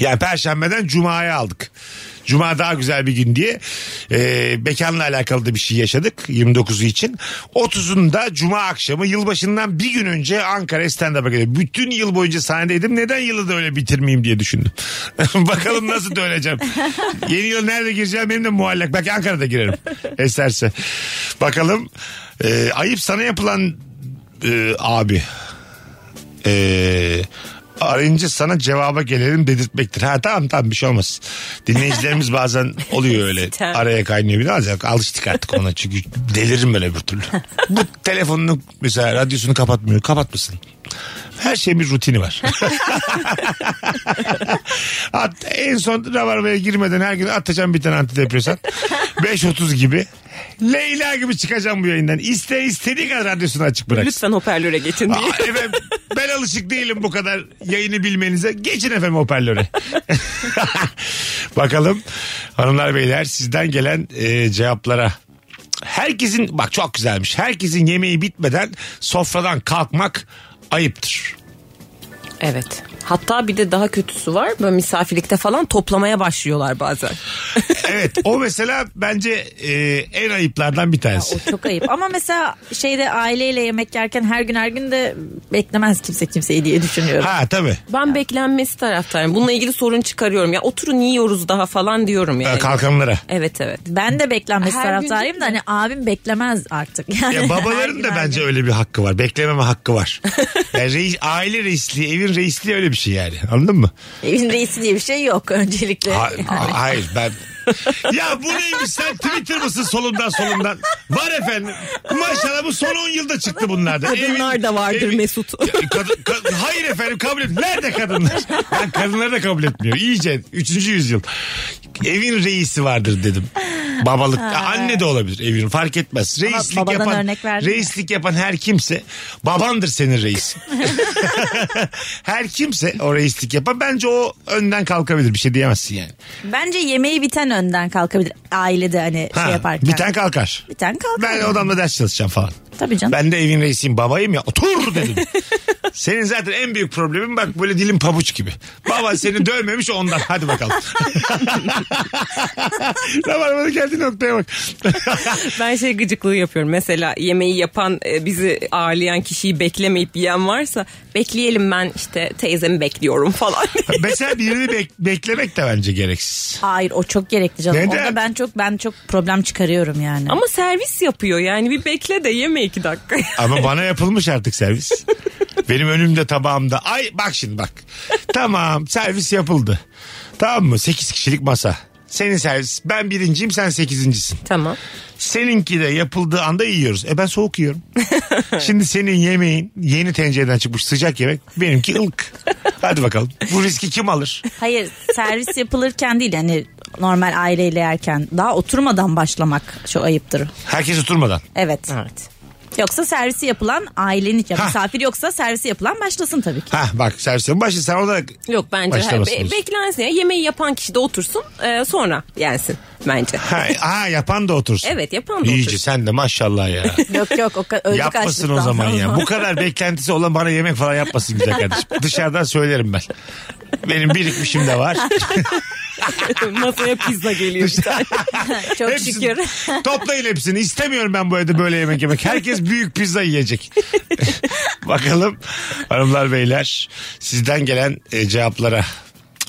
Yani perşembeden cumaya aldık. Cuma daha güzel bir gün diye e, mekanla alakalı da bir şey yaşadık 29'u için. 30'unda cuma akşamı yılbaşından bir gün önce Ankara stand-up'a geliyor. Bütün yıl boyunca sahnedeydim. Neden yılı da öyle bitirmeyeyim diye düşündüm. [LAUGHS] Bakalım nasıl döneceğim. Yeni yıl nerede gireceğim benim de muallak. Belki Ankara'da girerim eserse. Bakalım e, ayıp sana yapılan e, abi e, arayınca sana cevaba gelelim dedirtmektir. Ha tamam tamam bir şey olmaz. Dinleyicilerimiz bazen oluyor öyle.
Sitem.
Araya kaynıyor biraz ya. Alıştık artık ona çünkü deliririm böyle bir türlü. Bu telefonunu mesela radyosunu kapatmıyor. Kapatmasın. Her şeyin bir rutini var. At, en son Rabarba'ya girmeden her gün atacağım bir tane antidepresan. 5.30 gibi. Leyla gibi çıkacağım bu yayından. İste istediği kadar radyosunu açık bıraksın.
Lütfen hoparlöre geçin diye.
Aa, efendim, ben alışık değilim bu kadar yayını bilmenize. Geçin efendim hoparlöre. [LAUGHS] Bakalım hanımlar beyler sizden gelen e, cevaplara. Herkesin bak çok güzelmiş. Herkesin yemeği bitmeden sofradan kalkmak ayıptır.
Evet. Hatta bir de daha kötüsü var. Böyle misafirlikte falan toplamaya başlıyorlar bazen.
Evet o mesela bence e, en ayıplardan bir tanesi.
O çok ayıp. Ama mesela şeyde aileyle yemek yerken her gün her gün de beklemez kimse kimseyi diye düşünüyorum.
Ha tabii.
Ben beklenmesi taraftarıyım. Bununla ilgili sorun çıkarıyorum. Ya oturun yiyoruz daha falan diyorum
Ha,
yani.
Kalkanlara.
Evet evet.
Ben de beklenmesi
Her gün
taraftarıyım da hani abim beklemez artık. Yani [LAUGHS]
Ya
her
babaların
gün,
da
her
bence
gün.
öyle bir hakkı var. Beklememe hakkı var. Yani reis, aile reisliği, evin reisliği öyle bir şey yani. Anladın mı?
Evin reisi diye bir şey yok öncelikle.
Ha- ha- hayır ben... ya bu neymiş sen Twitter mısın solundan solundan? Var efendim. Maşallah bu son 10 yılda çıktı bunlardan.
Kadınlar
Evin-
da vardır
evin-
Mesut.
Ya kadın- kadın- hayır efendim kabul et. Nerede kadınlar? Ben kadınları da kabul etmiyor. İyice 3. yüzyıl. Evin reisi vardır dedim. Babalık. Anne de olabilir evin fark etmez. Reislik
babadan
yapan,
örnek verdin ya.
reislik yapan her kimse babandır senin reis.
[LAUGHS]
her kimse o reislik yapan bence o önden kalkabilir. Bir şey diyemezsin yani.
Bence yemeği biten önden kalkabilir ailede hani
Ha,
şey yaparken.
Bir tane kalkar.
Bir tane kalkar.
Ben odamda ders çalışacağım falan.
Tabii canım.
Ben de evin reisiyim babayım ya otur dedim. Senin zaten en büyük problemin bak böyle dilin pabuç gibi. Baban seni dövmemiş ondan hadi bakalım. Rabarba'da geldiği noktaya bak. [LAUGHS]
Ben şey gıcıklığı yapıyorum. Mesela yemeği yapan e, bizi ağırlayan kişiyi beklemeyip yiyen varsa bekleyelim ben işte teyzemi bekliyorum falan.
Mesela birini bek- beklemek de bence gereksiz.
Hayır o çok gerekli canım.
Neden?
Onda ben çok ben çok problem çıkarıyorum yani.
Ama servis yapıyor yani bir bekle de yeme iki dakika.
Ama bana yapılmış artık servis. Benim önümde tabağımda. Ay bak şimdi bak. Tamam servis yapıldı. Tamam mı? 8 kişilik masa. Senin servis. Ben birinciyim sen sekizincisin.
[LAUGHS] Tamam.
Seninki de yapıldığı anda yiyoruz. E ben soğuk
[LAUGHS]
yiyorum. Şimdi senin yemeğin yeni tencereden çıkmış sıcak yemek. Benimki ılık. Hadi bakalım. Bu riski kim alır?
Hayır servis yapılırken değil yani normal aileyle yerken daha oturmadan başlamak şu ayıptır.
Herkes oturmadan.
Evet.
Evet.
Yoksa servisi yapılan ailenin ya
Ha.
misafir yoksa servisi yapılan başlasın tabii ki.
Ha bak servisin başı sen orada
Yok bence her,
Başlamasın
be,
diyorsun.
beklensin. ya. Yemeği yapan kişi de otursun e, sonra yensin bence.
ha, ha, yapan da otursun.
Evet yapan da
İyice
otursun.
sen de maşallah
[LAUGHS]
ya.
yok yok o ka- öldük
Yapmasın
açlıktan
o zaman ya.
[LAUGHS] sonra.
Bu kadar beklentisi olan bana yemek falan yapmasın güzel
[LAUGHS]
kardeşim. Dışarıdan söylerim ben. Benim birikmişim de var.
[LAUGHS] Masaya pizza geliyor. bir tane.
Çok
Hepsini-
şükür.
[LAUGHS] Toplayın hepsini. İstemiyorum ben bu evde böyle yemek yemek. Herkes büyük pizza yiyecek. [LAUGHS] Bakalım hanımlar beyler sizden gelen e, cevaplara.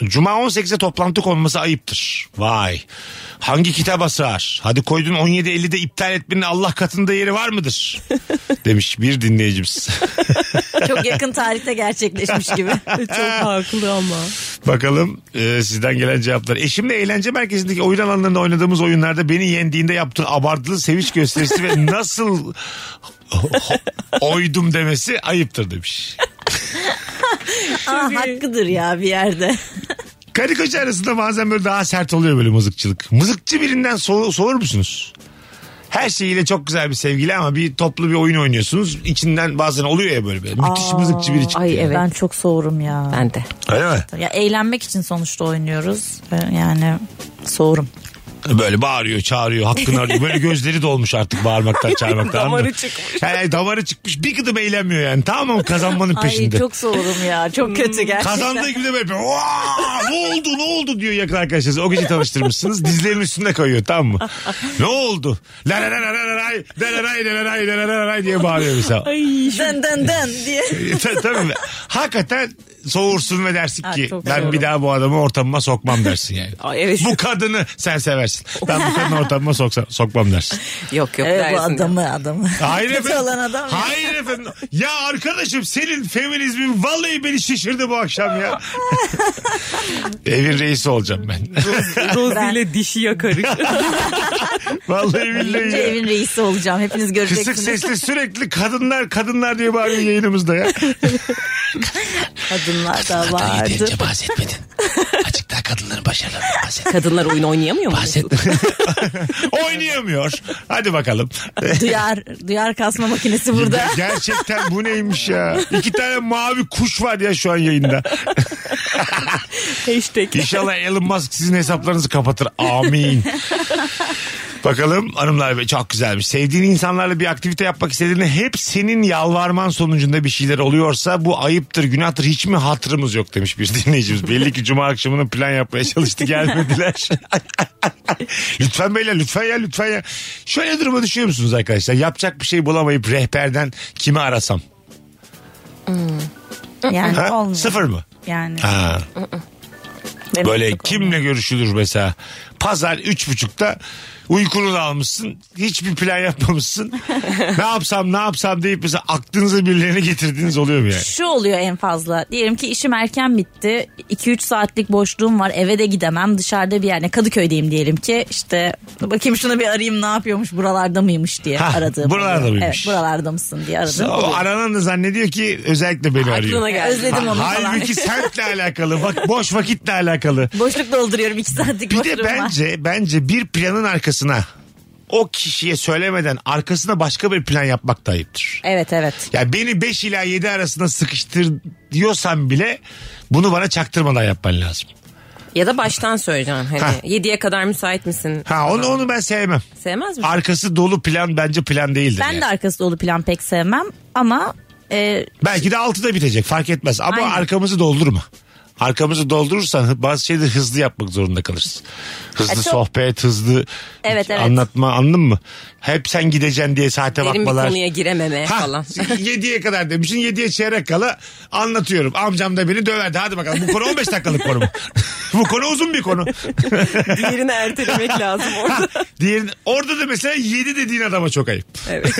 Cuma 18'e toplantı konması ayıptır. Vay. Hangi kitaba sığar? Hadi koydun 17.50'de iptal etmenin Allah katında yeri var
[LAUGHS]
mıdır? Demiş bir dinleyicimiz. [LAUGHS]
Çok yakın tarihte gerçekleşmiş [LAUGHS] gibi.
Çok haklı ama.
Bakalım e, sizden gelen cevaplar. Eşimle eğlence merkezindeki oyun alanlarında oynadığımız oyunlarda beni yendiğinde yaptığı abartılı sevinç gösterisi ve nasıl oydum demesi ayıptır demiş.
Aa, hakkıdır ya bir yerde.
Karı koca arasında bazen böyle daha sert oluyor böyle mızıkçılık. Mızıkçı birinden so- soğur musunuz? Her şeyiyle çok güzel bir sevgili ama bir toplu bir oyun oynuyorsunuz. İçinden bazen oluyor ya böyle. böyle. Müthiş mızıkçı biri çıktı.
Ay evet.
Ben çok soğurum ya.
[LAUGHS] Ben de.
Öyle mi?
Ya eğlenmek için sonuçta oynuyoruz. Yani soğurum.
Böyle bağırıyor çağırıyor hakkını arıyor. Böyle gözleri dolmuş artık
[LAUGHS]
bağırmaktan çağırmaktan.
Damarı
anladın mı?
çıkmış.
Yani damarı çıkmış bir gıdım eğlenmiyor yani tamam mı kazanmanın peşinde.
Ay çok soğurum ya. Çok kötü gerçekten.
Kazandığı gibi de böyle yapıyor. "Vaa! ne oldu ne oldu diyor yakın arkadaşınız. O gece tanıştırmışsınız dizlerinin üstünde koyuyor tamam mı? ne oldu? La la la la la la lay, la la lay, la la lay, la la la lay diye bağırıyor mesela. E,
Dın dın dın diye.
Ta- Tabii hakikaten soğursun ve dersin
Ha,
ki
çok
ben
doğru.
bir daha bu adamı ortamıma sokmam dersin yani.
Ay, evet.
Bu kadını sen seversin. Ben bu kadını ortamıma soksa, sokmam dersin.
Yok yok
Evet, bu
dersin.
adamı adamı.
Hayır
Kötü
efendim.
olan adam ya.
Hayır efendim. Ya arkadaşım senin feminizmin vallahi beni şişirdi bu akşam
[LAUGHS]
ya. Evin reisi olacağım ben.
Rozi ile dişi yakarık.
vallahi billahi
Birinci
ya.
evin reisi olacağım. Hepiniz
Kısık
göreceksiniz.
sesli sürekli kadınlar kadınlar diye bağırıyor yayınımızda ya.
Kadınlar da vardı.
bahsetmedin. Açık daha kadınların başarılarını bahset.
[LAUGHS] Kadınlar oyun oynayamıyor mu?
Oynayamıyor. Hadi bakalım.
Duyar, duyar kasma makinesi burada.
Gerçekten bu neymiş ya? İki tane mavi kuş var ya şu an
[LAUGHS]
yayında.
Hashtag.
İnşallah Elon Musk sizin hesaplarınızı kapatır. Amin. Bakalım hanımlar ve çok güzelmiş. Sevdiğin insanlarla bir aktivite yapmak istediğinde hep senin yalvarman sonucunda bir şeyler oluyorsa bu ayıptır, günahtır. Hiç mi hatırımız yok demiş bir dinleyicimiz. Belli ki cuma akşamının plan yapmaya çalıştı gelmediler. [LAUGHS] lütfen beyler lütfen ya lütfen ya. Şöyle duruma düşüyor musunuz arkadaşlar? Yapacak bir şey bulamayıp rehberden kimi arasam?
Yani
Ha?
olmuyor.
Sıfır mı?
Yani.
Ha.
benim
Böyle
çok
kimle
olmuyor.
görüşülür mesela? Pazar üç buçukta uykunu da almışsın. Hiçbir plan yapmamışsın.
[LAUGHS]
ne yapsam ne yapsam deyip mesela aklınıza birilerini getirdiğiniz oluyor mu yani?
Şu oluyor en fazla. Diyelim ki işim erken bitti. 2-3 saatlik boşluğum var. Eve de gidemem. Dışarıda bir yerde Kadıköy'deyim diyelim ki. İşte bakayım şunu bir arayayım ne yapıyormuş buralarda mıymış diye
Ha,
aradığım.
buralarda
oluyor.
mıymış?
Evet buralarda mısın diye aradım.
O aranan da zannediyor ki özellikle beni arıyor.
Aklına geldi.
Özledim onu falan.
Halbuki senle alakalı, bak boş vakitle alakalı.
[LAUGHS] Boşluk dolduruyorum 2 saatlik
Bir
boşluğum
de
var.
bence bence bir planın arkasına o kişiye söylemeden arkasına başka bir plan yapmak da ayıptır.
Evet evet.
Ya beni 5 ila 7 arasında sıkıştır diyorsan bile bunu bana çaktırmadan yapman lazım.
Ya da baştan söyleyeceksin. Hani
Ha.
7'ye kadar müsait misin?
Ha onu onu ben sevmem.
Sevmez misin?
Arkası dolu plan bence plan değildir.
Ben
yani.
de arkası dolu plan pek sevmem ama e,
Belki de 6'da bitecek fark etmez ama
Aynen.
arkamızı doldurma. Arkamızı doldurursan hı- bazı şeyleri hızlı yapmak zorunda kalırsın. Hızlı
E, çok-
sohbet, hızlı
Evet, evet.
anlatma anladın mı? Hep sen gideceksin diye saate
Derin bir
bakmalar.
konuya girememe
Ha, [LAUGHS]
falan.
7'ye kadar demişsin 7'ye çeyrek kala anlatıyorum. Amcam da beni döverdi hadi bakalım bu konu 15 dakikalık konu mu? [LAUGHS] Bu konu uzun bir konu.
Diğerini ertelemek lazım
[LAUGHS]
orada.
Diğerin, orada da mesela 7 dediğin adama çok ayıp.
Evet.
[LAUGHS]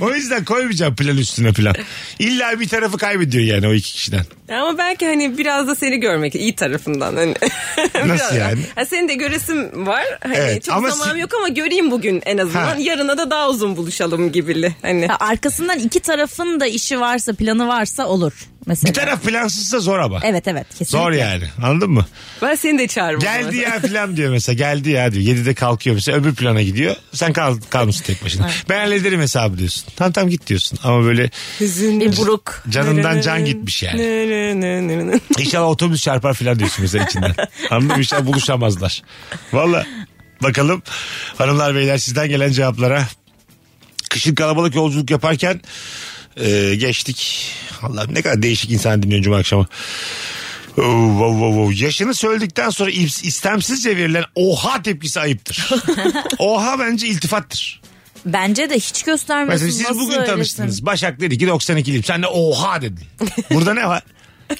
O yüzden koymayacağım plan üstüne plan. İlla bir tarafı kaybediyor yani o iki kişiden.
Ama belki hani biraz da seni görmek iyi tarafından. Hani [LAUGHS] Biraz-
yani?
Ha, senin de göresim var. Hani
Evet,
çok
ama
zamanım
si-
yok ama göreyim bugün en azından.
Ha.
Yarına da daha uzun buluşalım gibili. Hani
Ya arkasından iki tarafın da işi varsa planı varsa olur mesela.
Bir taraf plansızsa zor ama.
Evet evet kesinlikle.
Zor yani anladın mı?
ben seni de çağırırım.
Geldi ya filan diyor mesela geldi ya diyor. 7'de kalkıyor mesela öbür plana gidiyor. Sen kal, kalmışsın tek başına. Ben hallederim hesabı diyorsun. Tamam tamam git diyorsun ama böyle
Hüzün.
Bir buruk.
canımdan can gitmiş yani. İnşallah otobüs çarpar filan diyorsun mesela
[LAUGHS]
içinden. Anladın mı? İnşallah buluşamazlar. Valla bakalım hanımlar beyler sizden gelen cevaplara. Kışın kalabalık yolculuk yaparken e, geçtik. Allah'ım ne kadar değişik insan dinliyorum cuma akşamı. Oo, wow, wow, wow. Yaşını söyledikten sonra ips- istemsizce verilen oha tepkisi
[LAUGHS]
ayıptır. oha bence iltifattır.
Bence de hiç göstermesin.
Mesela siz
nasıl
bugün
öylesin?
tanıştınız. Başak dedi ki 92'liyim. Sen de oha dedin. Burada ne var?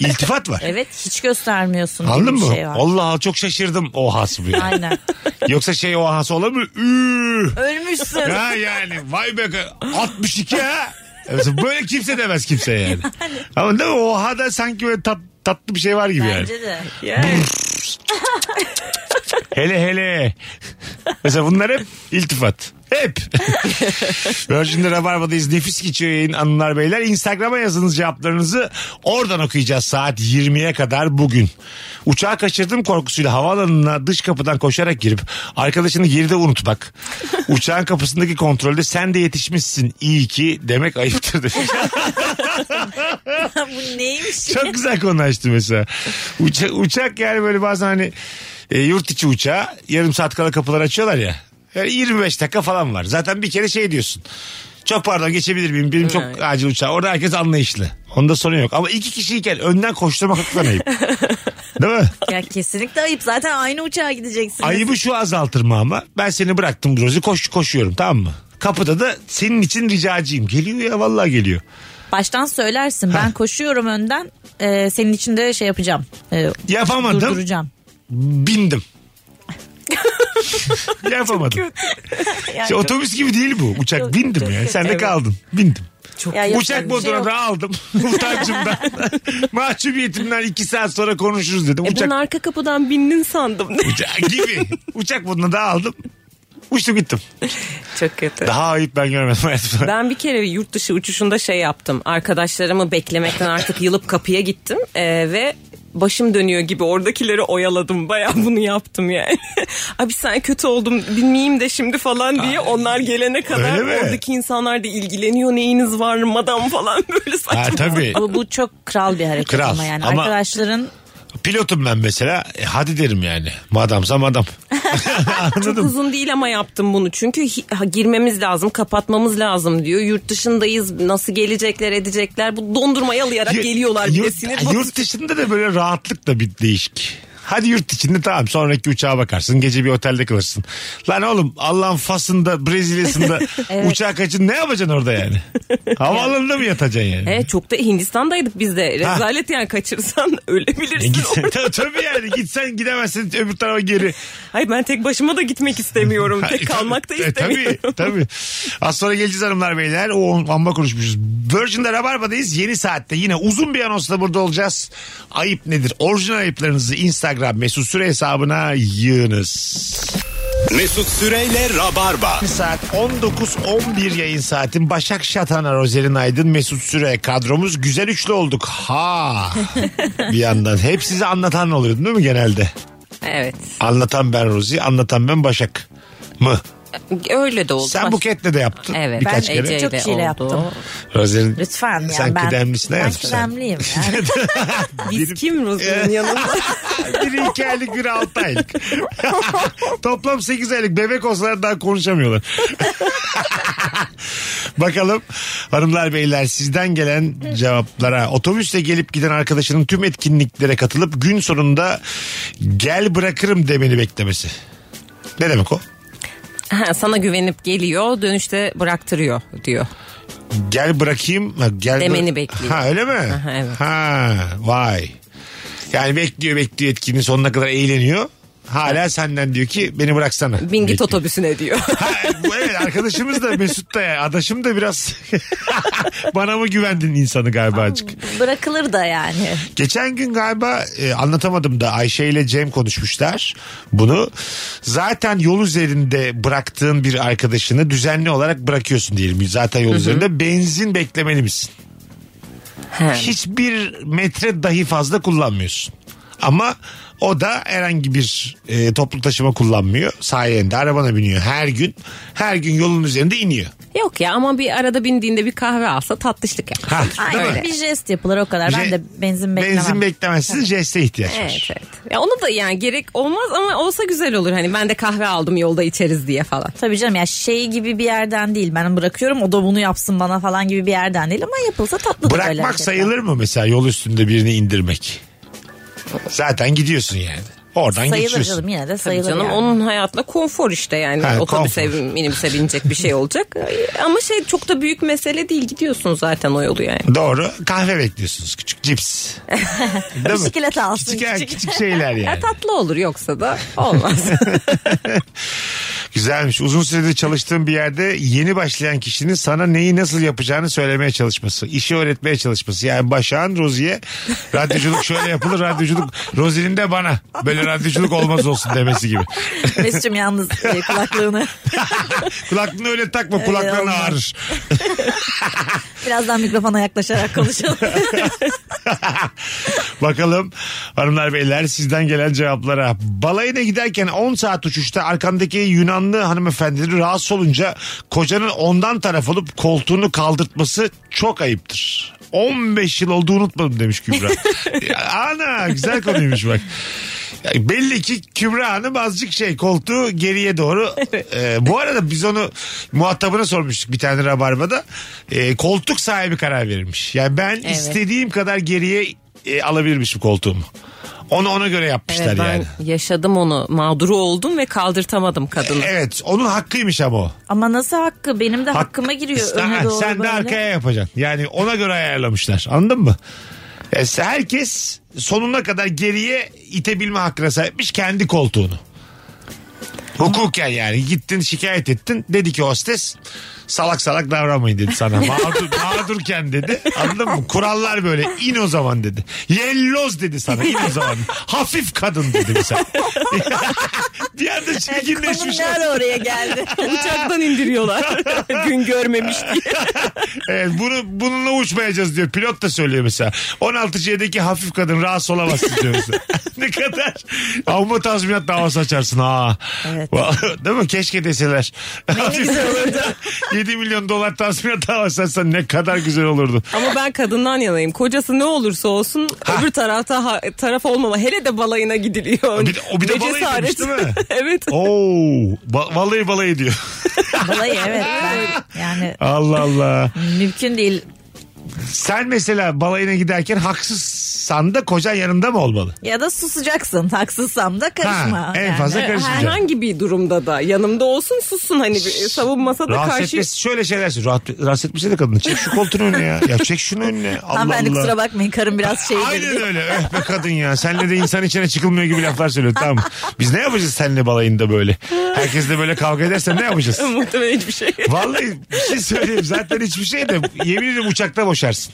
İltifat var.
Evet hiç göstermiyorsun. gibi
Anladın
bir
mı?
Şey var.
Allah Allah çok şaşırdım ohası bu. yani.
Aynen.
[LAUGHS] Yoksa şey ohası olur mu? Üü.
Ölmüşsün.
Ha yani vay be 62 ha. Mesela Böyle kimse demez kimse
[LAUGHS]
yani. Ama değil mi? Oha da sanki böyle tat, tatlı bir şey var gibi yani.
Bence de.
Hele hele. Mesela bunlar hep iltifat. Hep. Virgin'de Rabarba'dayız. Nefis geçiyor yayın anılar beyler. Instagram'a yazınız cevaplarınızı. Oradan okuyacağız saat 20'ye kadar bugün. Uçağı kaçırdım korkusuyla havaalanına dış kapıdan koşarak girip arkadaşını geride unutmak. Uçağın kapısındaki kontrolde sen de yetişmişsin iyi ki demek ayıptır demiş.
[LAUGHS] Bu neymiş?
Çok güzel konu açtı mesela. Uça- uçak yani böyle bazen hani e, yurt içi uçağı yarım saat kala kapılar açıyorlar ya. Yani 25 dakika falan var. Zaten bir kere şey diyorsun. Çok pardon geçebilir miyim? Benim çok acil uçağı. Orada herkes anlayışlı. Onda sorun yok. Ama iki kişiyken önden koşturmak hakikaten ayıp. Değil mi?
Ya kesinlikle ayıp. Zaten aynı uçağa gideceksin.
Ayıbı şu azaltırma ama. Ben seni bıraktım Rozi. Koş, koşuyorum tamam mı? Kapıda da senin için ricacıyım. Geliyor ya vallahi geliyor.
Baştan söylersin. Ben koşuyorum önden. Ee, senin için de şey yapacağım. Ee,
Yapamadım.
durduracağım.
Bindim. Yapamadım.
Yani
İşte otobüs gibi değil bu. Uçak bindim yani. Sen de kaldın. Bindim.
Ya
Uçak
yapacak bir şey
motorunu
yok.
da aldım. [LAUGHS]
[LAUGHS]
Utancımdan. Mahcubiyetimden iki saat sonra konuşuruz dedim.
E
Uçak, [LAUGHS]
bunun arka kapıdan bindin sandım.
uçak gibi. Uçak modunu da aldım. Uçtum gittim.
Çok kötü.
Daha ayıp ben görmedim hayatımda.
Ben bir kere yurt dışı uçuşunda şey yaptım. Arkadaşlarımı beklemekten artık yılıp kapıya gittim Ee, ve başım dönüyor gibi oradakileri oyaladım. Bayağı bunu yaptım yani. [LAUGHS] Abi sen kötü oldum bilmeyeyim de şimdi falan diye onlar gelene kadar
Öyle mi?
oradaki insanlar da ilgileniyor neyiniz var madam falan [LAUGHS] böyle saçma.
Ha, tabii.
Bu, bu çok kral bir hareket
Kral.
ama yani.
Ama-
Arkadaşların
Pilotum ben mesela. E, hadi derim yani. Madamsa madam.
Çok uzun değil ama yaptım bunu. Çünkü hi- ha, girmemiz lazım, kapatmamız lazım diyor. Yurt dışındayız. Nasıl gelecekler, edecekler? Bu dondurmayı alayarak
Yurt-
geliyorlar bir de
Yurt,
sinir bozucu.
yurt dışında da böyle rahatlık da bir değişik. Hadi yurt içinde tamam sonraki uçağa bakarsın gece bir otelde kalırsın. Lan oğlum Allah'ın Fas'ında
[LAUGHS]
Brezilya'sında uçağa kaçın ne yapacaksın orada yani? Havaalanında mı yatacaksın yani?
Evet E, çok da Hindistan'daydık biz de.
Ha.
Rezalet yani kaçırsan [LAUGHS]
E,
ölebilirsin.
gitsen, [LAUGHS] tabii, tabii yani gitsen gidemezsin öbür tarafa geri.
[LAUGHS] Hayır ben tek başıma da gitmek istemiyorum.
Ha, e,
tek kalmak
[LAUGHS]
da
tabii, e,
istemiyorum.
[LAUGHS] Tabii tabii. Az sonra geleceğiz hanımlar beyler. O amma konuşmuşuz. Virgin'de Rabarba'dayız. Yeni saatte yine uzun bir anonsla burada olacağız. Ayıp nedir? Orijinal ayıplarınızı Instagram mesut süre hesabına yığınız.
Mesut Süreyle Rabarba.
Saat 19.11 yayın saatin Başak Şatana, Rozerin Aydın, Mesut Süre kadromuz güzel üçlü olduk.
[LAUGHS]
Ha bir yandan. Hep size anlatan oluyordu değil mi genelde?
Evet.
Anlatan ben Rozi, anlatan ben Başak mı?
Öyle de oldu.
Sen buketle de yaptın
Evet.
birkaç
ben
kere.
Ece'yle
Çok kişiyle
oldu.
yaptım.
Rozerin
lütfen ya
Sen
ben.
kıdemlisin
ben
hayatım sen. [LAUGHS]
kıdemliyim yani.
Biz kim Rozi'nin yanında?
biri iki aylık biri altı aylık. Toplam sekiz aylık bebek olsalar daha konuşamıyorlar. [LAUGHS] Bakalım hanımlar beyler sizden gelen cevaplara. Otobüsle gelip giden arkadaşının tüm etkinliklere katılıp gün sonunda gel bırakırım demeni beklemesi. Ne demek o?
Ha, sana güvenip geliyor dönüşte bıraktırıyor diyor.
Gel bırakayım. ha, Gel
Demeni bekliyor.
Ha öyle mi?
Aha, evet.
Ha vay. Yani bekliyor bekliyor etkinin sonuna kadar eğleniyor. Hala senden diyor ki beni bıraksana.
Bin git
Bekliyor.
otobüsüne diyor.
[LAUGHS] Ha, bu evet arkadaşımız da Mesut da ya. Adaşım da biraz [LAUGHS] bana mı güvendin insanı galiba azıcık.
Bırakılır da yani.
Geçen gün galiba e, anlatamadım da Ayşe ile Cem konuşmuşlar bunu. Zaten yol üzerinde bıraktığın bir arkadaşını düzenli olarak bırakıyorsun diyelim. Zaten yol üzerinde benzin beklemeli misin? Hiçbir metre dahi fazla kullanmıyorsun. Ama o da herhangi bir e, toplu taşıma kullanmıyor. Sayende arabana biniyor her gün. Her gün yolun üzerinde iniyor.
Yok ya ama bir arada bindiğinde bir kahve alsa tatlışlık ya.
Ha, değil mi?
Aynen. Bir jest yapılır o kadar. Ben
Je-
de benzin beklemem.
Benzin beklemezsin. Jeste ihtiyaç var.
Evet evet. Ya onu da yani gerek olmaz ama olsa güzel olur. Hani ben de kahve aldım yolda içeriz diye falan.
Tabii canım ya şey gibi bir yerden değil. Ben bırakıyorum o da bunu yapsın bana falan gibi bir yerden değil ama yapılsa tatlıdır böyle
Bırakmak
hareketler.
sayılır mı mesela yol üstünde birini indirmek? Zaten gidiyorsun yani. Oradan
Sayılır
geçiyorsun.
canım yine de
Tabii
sayılır.
canım
yani.
onun hayatında konfor işte yani
Ha,
otobüse
konfor.
minibüse binecek bir şey olacak.
[LAUGHS]
Ama şey çok da büyük mesele değil gidiyorsun zaten o yolu yani.
Doğru. Kahve bekliyorsunuz. Küçük
[LAUGHS]
cips. Değil mi?
Bisiklet alsın
Küçük,
küçük.
küçük şeyler
Ya
yani.
tatlı olur yoksa da
[LAUGHS]
olmaz.
Güzelmiş. Uzun süredir çalıştığım bir yerde yeni başlayan kişinin sana neyi nasıl yapacağını söylemeye çalışması. işi öğretmeye çalışması. Yani Başak'ın Rozi'ye radyoculuk şöyle yapılır. Radyoculuk Rozi'nin de bana. Böyle radyoculuk olmaz olsun demesi gibi.
[LAUGHS] Mesut'cum yalnız e, kulaklığını [LAUGHS]
Kulaklığını öyle takma. Kulakların
olmaz.
ağrır.
birazdan mikrofona yaklaşarak konuşalım.
Bakalım hanımlar beyler sizden gelen cevaplara. Balayına giderken 10 saat uçuşta arkandaki Yunanlı hanımefendinin rahatsız olunca kocanın ondan taraf olup koltuğunu kaldırtması çok ayıptır. 15 yıl oldu unutmadım demiş Kübra. Ya, Ana güzel konuymuş bak. Ya, Belli ki Kübra Hanım azıcık şey koltuğu geriye
[LAUGHS]
doğru. Ee, bu arada biz onu muhatabına sormuştuk bir tane rabarbada. Ee, koltuk sahibi karar verilmiş. Yani ben istediğim kadar geriye e, alabilirmişim koltuğumu. Onu ona göre yapmışlar
Evet, ben
yani.
yaşadım onu mağduru oldum ve kaldırtamadım kadını.
Evet onun hakkıymış ama o.
[LAUGHS] ama nasıl hakkı? Benim de
Hak-
hakkıma giriyor
Sen-
öne doğru
Sen de
böyle. [LAUGHS]
arkaya yapacaksın. Yani ona göre ayarlamışlar. Anladın mı? E, se- herkes sonuna kadar geriye itebilme hakkına sahipmiş kendi koltuğunu. Hukuken yani gittin şikayet ettin dedi ki hostes salak salak davranmayın dedi
[LAUGHS]
sana mağdur, mağdurken dedi anladın mı kurallar böyle in o zaman dedi yelloz dedi sana in o
[LAUGHS]
zaman hafif kadın dedi mesela [LAUGHS] bir anda
Konu
çirkinleşmiş
ne ara oraya geldi?
[LAUGHS]
[LAUGHS]
Uçaktan indiriyorlar. Gün görmemiş diye.
Evet, bunu, bununla uçmayacağız diyor. Pilot da söylüyor mesela. 16 C'deki hafif kadın rahatsız olamazsın diyor mesela. [LAUGHS] ne kadar avma tazminat davası açarsın ha.
Evet.
[LAUGHS] Değil mi? Keşke deseler.
ne güzel olurdu.
[LAUGHS] 7 milyon dolar tazminat davası açsan ne kadar güzel olurdu.
Ama ben kadından yanayım. Kocası ne olursa olsun öbür tarafta ha- taraf olmama. Hele de balayına gidiliyor.
Bir de- o bir de
Ne
balayı demiş, değil mi?
[LAUGHS] evet.
Oo, ba- vallahi balayı diyor. [LAUGHS]
Vallahi evet. Ben, yani
Allah Allah.
mümkün değil.
Sen mesela balayına giderken haksızsan da kocan yanında mı olmalı?
Ya da susacaksın. Haksızsam da karışma.
Ha, en
Yani.
fazla karışmayacağım.
Herhangi bir durumda da yanımda olsun sussun hani bir savunmasa da
Rahatsız
karşı
etmesi şöyle şeyler söylüyor. Rahat, rahatsız etmesi de kadını. Çek şu koltuğun önüne ya. Ya çek şunu önüne. Allah
Ama ben de
Allah.
kusura bakmayın karım biraz şey
Aynen öyle. Öh be kadın ya. Senle de insan içine çıkılmıyor gibi laflar söylüyor. Tamam. Biz ne yapacağız seninle balayında böyle? Herkes de böyle kavga ederse ne yapacağız?
muhtemelen hiçbir şey. [LAUGHS]
Vallahi bir şey söyleyeyim. Zaten hiçbir şey de yemin ederim uçakta boşarsın.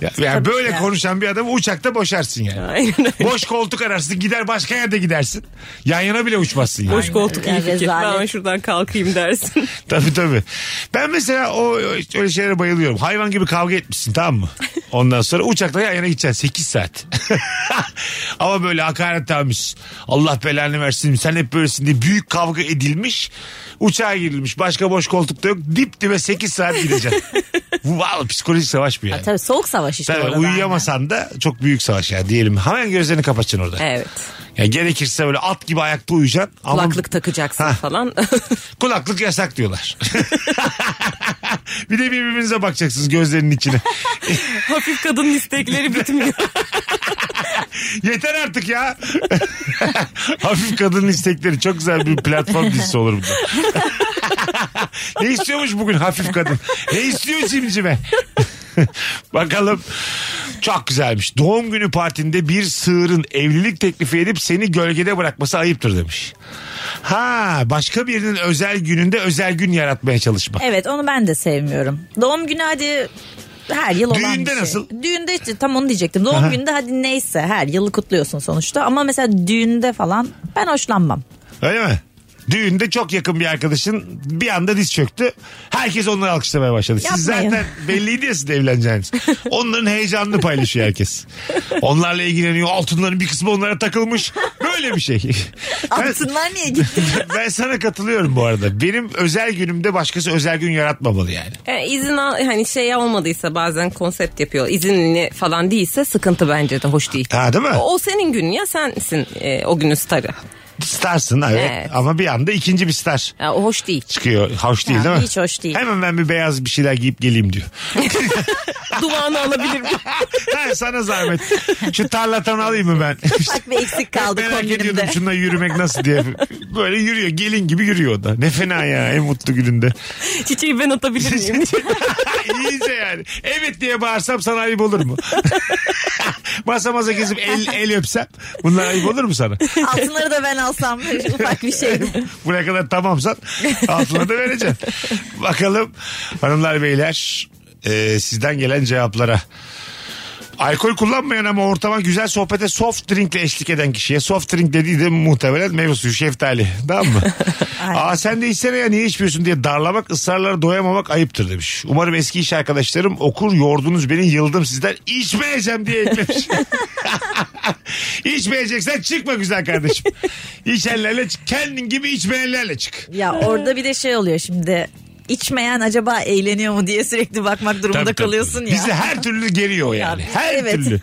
Ya, yani böyle konuşan bir adamı uçakta boşarsın yani.
Aynen öyle.
Boş koltuk ararsın gider başka yerde gidersin. Yan yana bile uçmazsın yani.
Boş koltuk iyi
Yani
fikir.
rezalet.
Ben şuradan kalkayım dersin.
Tabii tabii. Ben mesela o öyle şeylere bayılıyorum. Hayvan gibi kavga etmişsin tamam mı? Ondan sonra uçakla yan yana gideceksin 8 saat. [LAUGHS] Ama böyle hakaret almış. Allah belanı versin sen hep böylesin diye büyük kavga edilmiş. Uçağa girilmiş başka boş koltukta yok. Dip dibe 8 saat gideceksin. Bu vallahi psikolojik savaş bu yani.
[LAUGHS] Tabii soğuk savaş işte
Tabii
orada.
uyuyamasan da çok büyük savaş yani diyelim. Hemen gözlerini kapatacaksın orada.
Evet.
Yani gerekirse böyle at gibi ayakta uyuyacaksın. Ama
Kulaklık takacaksın
Ha.
falan. [LAUGHS]
Kulaklık yasak diyorlar. [LAUGHS] bir de birbirinize bakacaksınız gözlerinin içine.
Hafif kadının
[LAUGHS]
istekleri bitmiyor.
Yeter artık ya. [LAUGHS] Hafif kadının istekleri çok güzel bir platform dizisi olur bu da. [LAUGHS] ne istiyormuş bugün hafif kadın? Ne istiyor cimcime? [LAUGHS] Bakalım Çok güzelmiş. Doğum günü partinde bir sığırın evlilik teklifi edip seni gölgede bırakması ayıptır demiş. Ha başka birinin özel gününde özel gün yaratmaya çalışma.
Evet onu ben de sevmiyorum. Doğum günü hadi her yıl olan bir
Düğünde
şey.
nasıl?
Düğünde işte tam onu diyecektim. Doğum günde hadi neyse her yılı kutluyorsun sonuçta. Ama mesela düğünde falan ben hoşlanmam.
Öyle mi? Düğünde çok yakın bir arkadaşın bir anda diz çöktü. Herkes onları alkışlamaya başladı. Siz
Yapmayın.
zaten belliydi ya sizin evleneceğiniz. Onların heyecanını paylaşıyor herkes. Onlarla ilgileniyor. Altınların bir kısmı onlara takılmış. Böyle bir
[LAUGHS]
şey. Ben-
Altınlar niye [LAUGHS] gitti?
[LAUGHS] ben sana katılıyorum bu arada. Benim özel günümde başkası özel gün yaratmamalı yani.
E, izin al, hani şey olmadıysa bazen konsept yapıyor. İzinli falan değilse sıkıntı bence de hoş değil.
Ha değil mi?
O senin günün ya sensin e, o günün starı.
Starsın evet.
Evet.
Ama bir anda ikinci bir star
Ya, o hoş değil.
çıkıyor. Hoş değil
Ya,
değil mi?
hiç hoş değil.
Hemen ben bir beyaz bir şeyler giyip geleyim diyor.
Duvağını alabilir miyim?
ha, sana zahmet. Şu tarlatanı alayım mı ben?
Bak bir eksik kaldı
Merak ediyordum
kombinimde.
şununla yürümek nasıl diye. Böyle yürüyor. Gelin gibi yürüyor o da. Ne fena ya en mutlu gününde.
[LAUGHS]
[LAUGHS]
Çiçeği ben atabilir miyim?
İyice yani. Evet diye bağırsam sana ayıp olur mu? [LAUGHS] masa masa gezip el, el öpsem bunlar ayıp olur mu sana?
[LAUGHS] Altınları da ben alsam [LAUGHS] ufak bir şey.
Buraya kadar tamamsan altına da vereceksin. Bakalım hanımlar beyler e, sizden gelen cevaplara. Alkol kullanmayan ama ortama güzel sohbete soft drinkle eşlik eden kişiye. Soft drink dediği de muhtemelen meyve suyu şeftali. Tamam mı? Aa sen de içsene ya niye içmiyorsun diye darlamak ısrarlara doyamamak ayıptır demiş. Umarım eski iş arkadaşlarım okur yordunuz beni yıldım sizden içmeyeceğim diye eklemiş. [LAUGHS] İçmeyeceksen çıkma güzel kardeşim. İçenlerle çık. Kendin gibi içmeyenlerle çık.
Ya orada bir de şey oluyor şimdi. İçmeyen acaba eğleniyor mu diye sürekli bakmak durumunda
Tabii, tabii,
kalıyorsun
tabii.
ya.
Bizi her türlü geriyor yani.
Ya,
her
evet. [LAUGHS]
türlü.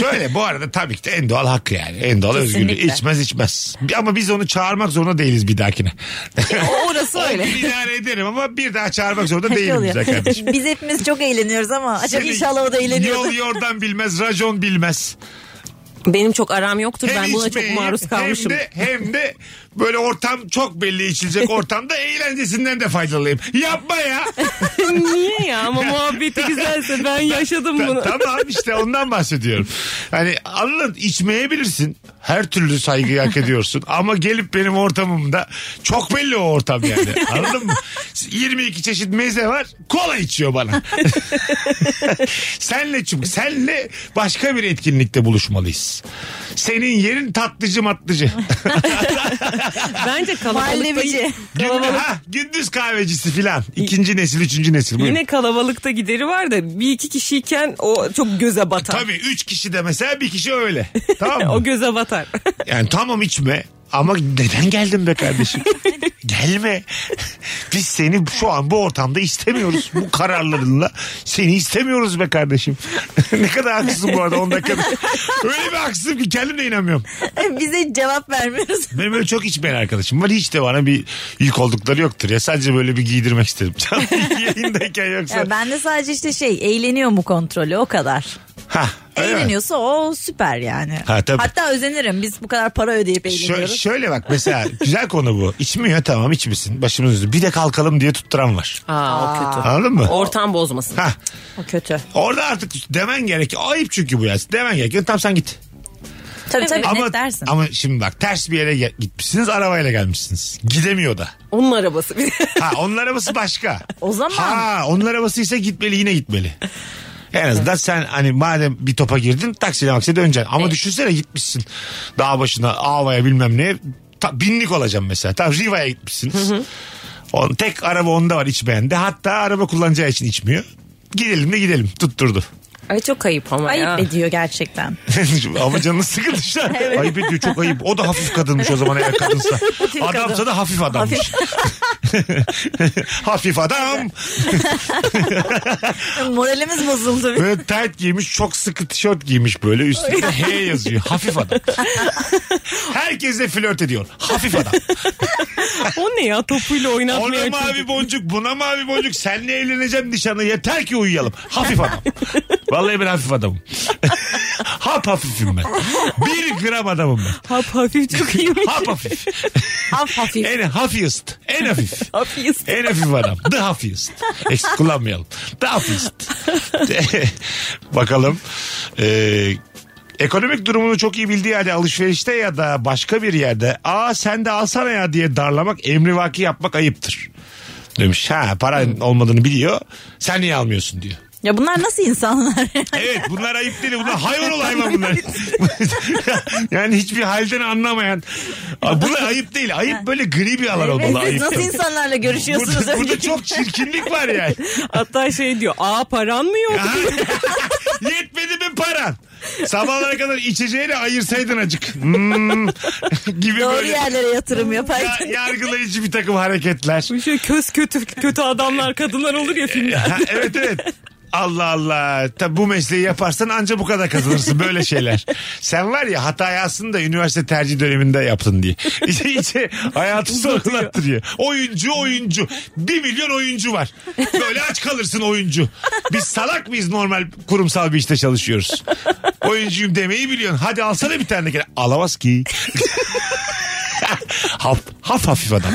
Şöyle bu arada tabii ki de en doğal hakkı yani. En doğal özgürlüğü.
Kesinlikle.
İçmez içmez. Ama biz onu çağırmak zorunda değiliz bir dahakine.
E,
[LAUGHS]
Orası öyle.
Bir idare ederim ama bir daha çağırmak
[LAUGHS]
zorunda
[LAUGHS] Şey
değilim
oluyor.
güzel kardeşim.
Biz hepimiz çok eğleniyoruz ama acaba
Seni
inşallah o da eğleniyordur.
Yol yordan bilmez, racon bilmez.
Benim çok aram yoktur.
Hem
ben buna çok
içmeyeyim,
maruz kalmışım. [LAUGHS]
Hem de, hem de böyle ortam çok belli içilecek ortamda eğlencesinden de faydalanayım. Yapma ya.
[LAUGHS]
Niye ya? Ama muhabbeti güzelse ben yaşadım
Ta-
bunu.
tamam işte ondan bahsediyorum. Hani anladın içmeyebilirsin. Her türlü saygıyı hak ediyorsun. Ama gelip benim ortamımda çok belli o ortam yani. Anladın mı? 22 çeşit meze var. Kola içiyor
[LAUGHS]
bana. senle çünkü senle başka bir etkinlikte buluşmalıyız. Senin yerin tatlıcı
[LAUGHS]
matlıcı.
Bence kalabalıkta,
Mahallebici.
gündüz, ha, gündüz kahvecisi filan. İkinci nesil, üçüncü nesil. Buyurun.
yine kalabalıkta gideri var da bir iki kişiyken o çok göze batar.
Tabii üç kişi de mesela bir kişi
[LAUGHS]
öyle. Tamam mı?
O göze [LAUGHS] batar.
Yani tamam içme ama neden geldin be kardeşim? Gelme. Biz seni şu an bu ortamda istemiyoruz. Bu kararlarınla seni istemiyoruz be kardeşim. [LAUGHS] ne kadar haksızım bu arada 10 dakikada. Öyle bir haksızım ki kendim de inanmıyorum.
Bize cevap vermiyoruz.
Benim öyle çok içmeyen arkadaşım var. Hiç de bana bir yük oldukları yoktur. Ya sadece böyle bir giydirmek [LAUGHS] istedim. Canlı yayındayken yoksa.
Ya ben de sadece işte şey eğleniyor mu kontrolü o kadar.
Ha, öyle mi?
Eğleniyorsa o süper yani.
Ha, tabii.
Hatta özenirim biz bu kadar para ödeyip
Şö-
eğleniyoruz.
şöyle bak mesela güzel konu bu. İçmiyor tamam içmesin. Başımız üstü. Bir de kalkalım diye tutturan var.
Aa, o kötü.
Anladın mı?
Ortam bozmasın.
Hah.
O kötü.
Orada artık demen gerek. Ayıp çünkü bu ya. Demen gerek. Tamam sen git.
Tabii tabii
Ama,
net dersin.
ama şimdi bak ters bir yere gel- gitmişsiniz arabayla gelmişsiniz. Gidemiyor da.
Onun arabası. bir de.
Ha onun arabası başka.
[LAUGHS] O zaman-
Ha onun arabası ise gitmeli yine gitmeli. En azından sen hani madem bir topa girdin taksiyle maksiyle döneceksin. Ama düşünsene gitmişsin dağ başına Ava'ya bilmem neye. Ta, binlik olacaksın mesela. Tam Riva'ya gitmişsiniz. On, tek araba onda var içmeyen de. Hatta araba kullanacağı için içmiyor. Gidelim de gidelim. Tutturdu.
[LAUGHS] Ay çok ayıp ama
Ayıp
ya.
ediyor gerçekten.
[LAUGHS] Ama canını sıkı dışarı. Ayıp ediyor çok ayıp. O da hafif kadınmış o zaman eğer kadınsa. Adamsa da hafif adammış. hafif adam.
[LAUGHS] Moralimiz bozuldu.
Böyle tight giymiş çok sıkı tişört giymiş böyle üstünde H yazıyor. Hafif adam. Herkesle flört ediyor. Hafif adam.
O ne ya topuyla
Ona
oynatmaya
mavi boncuk buna mavi boncuk. Seninle evleneceğim nişanlı yeter ki uyuyalım. Hafif adam. Vallahi ben hafif adamım. [LAUGHS] Hap hafifim ben. Bir gram adamım ben.
Hap
[LAUGHS]
hafif çok iyiymiş.
Hap hafif.
Haf hafif.
En hafifist. En hafif.
Hafif.
En hafif adam. The hafifist. Eksik kullanmayalım. The hafifist. [LAUGHS] Bakalım Ee, ekonomik durumunu çok iyi bildiği halde alışverişte ya da başka bir yerde aa sen de alsana ya diye darlamak emrivaki yapmak ayıptır. Demiş ha paran olmadığını biliyor sen niye almıyorsun diyor.
Ya bunlar nasıl insanlar?
Evet bunlar ayıp değil. Bunlar hayvan ol hayvan bunlar. [LAUGHS] yani hiçbir halden anlamayan. Aa, Bunlar ayıp değil. Ayıp böyle gri bir alan olmalı.
Siz
Ayıp.
nasıl insanlarla görüşüyorsunuz?
Burada, burada
Önce-
çok çirkinlik var yani.
Hatta şey diyor aa paran mı yok?
Ha? Yetmedi mi paran? Sabahlara kadar içeceğini ayırsaydın acık. Hmm, [LAUGHS] gibi
Doğru
böyle.
yerlere yatırım
Ya-
yaparken.
yargılayıcı bir takım hareketler.
Bu şey köz kötü kötü adamlar kadınlar olur ya filmde.
Ha, evet evet. Allah Allah. Tabi bu mesleği yaparsan anca bu kadar kazanırsın böyle şeyler. Sen var ya hatayı aslında üniversite tercih döneminde yaptın diye. [LAUGHS] İşte, işte hayatı sorgulattırıyor. Oyuncu oyuncu. Bir milyon oyuncu var. Böyle aç kalırsın oyuncu. Biz salak mıyız normal kurumsal bir işte çalışıyoruz. Oyuncuyum demeyi biliyorsun. Hadi alsana bir tane de gene. Alamaz ki. haf, haf hafif adam.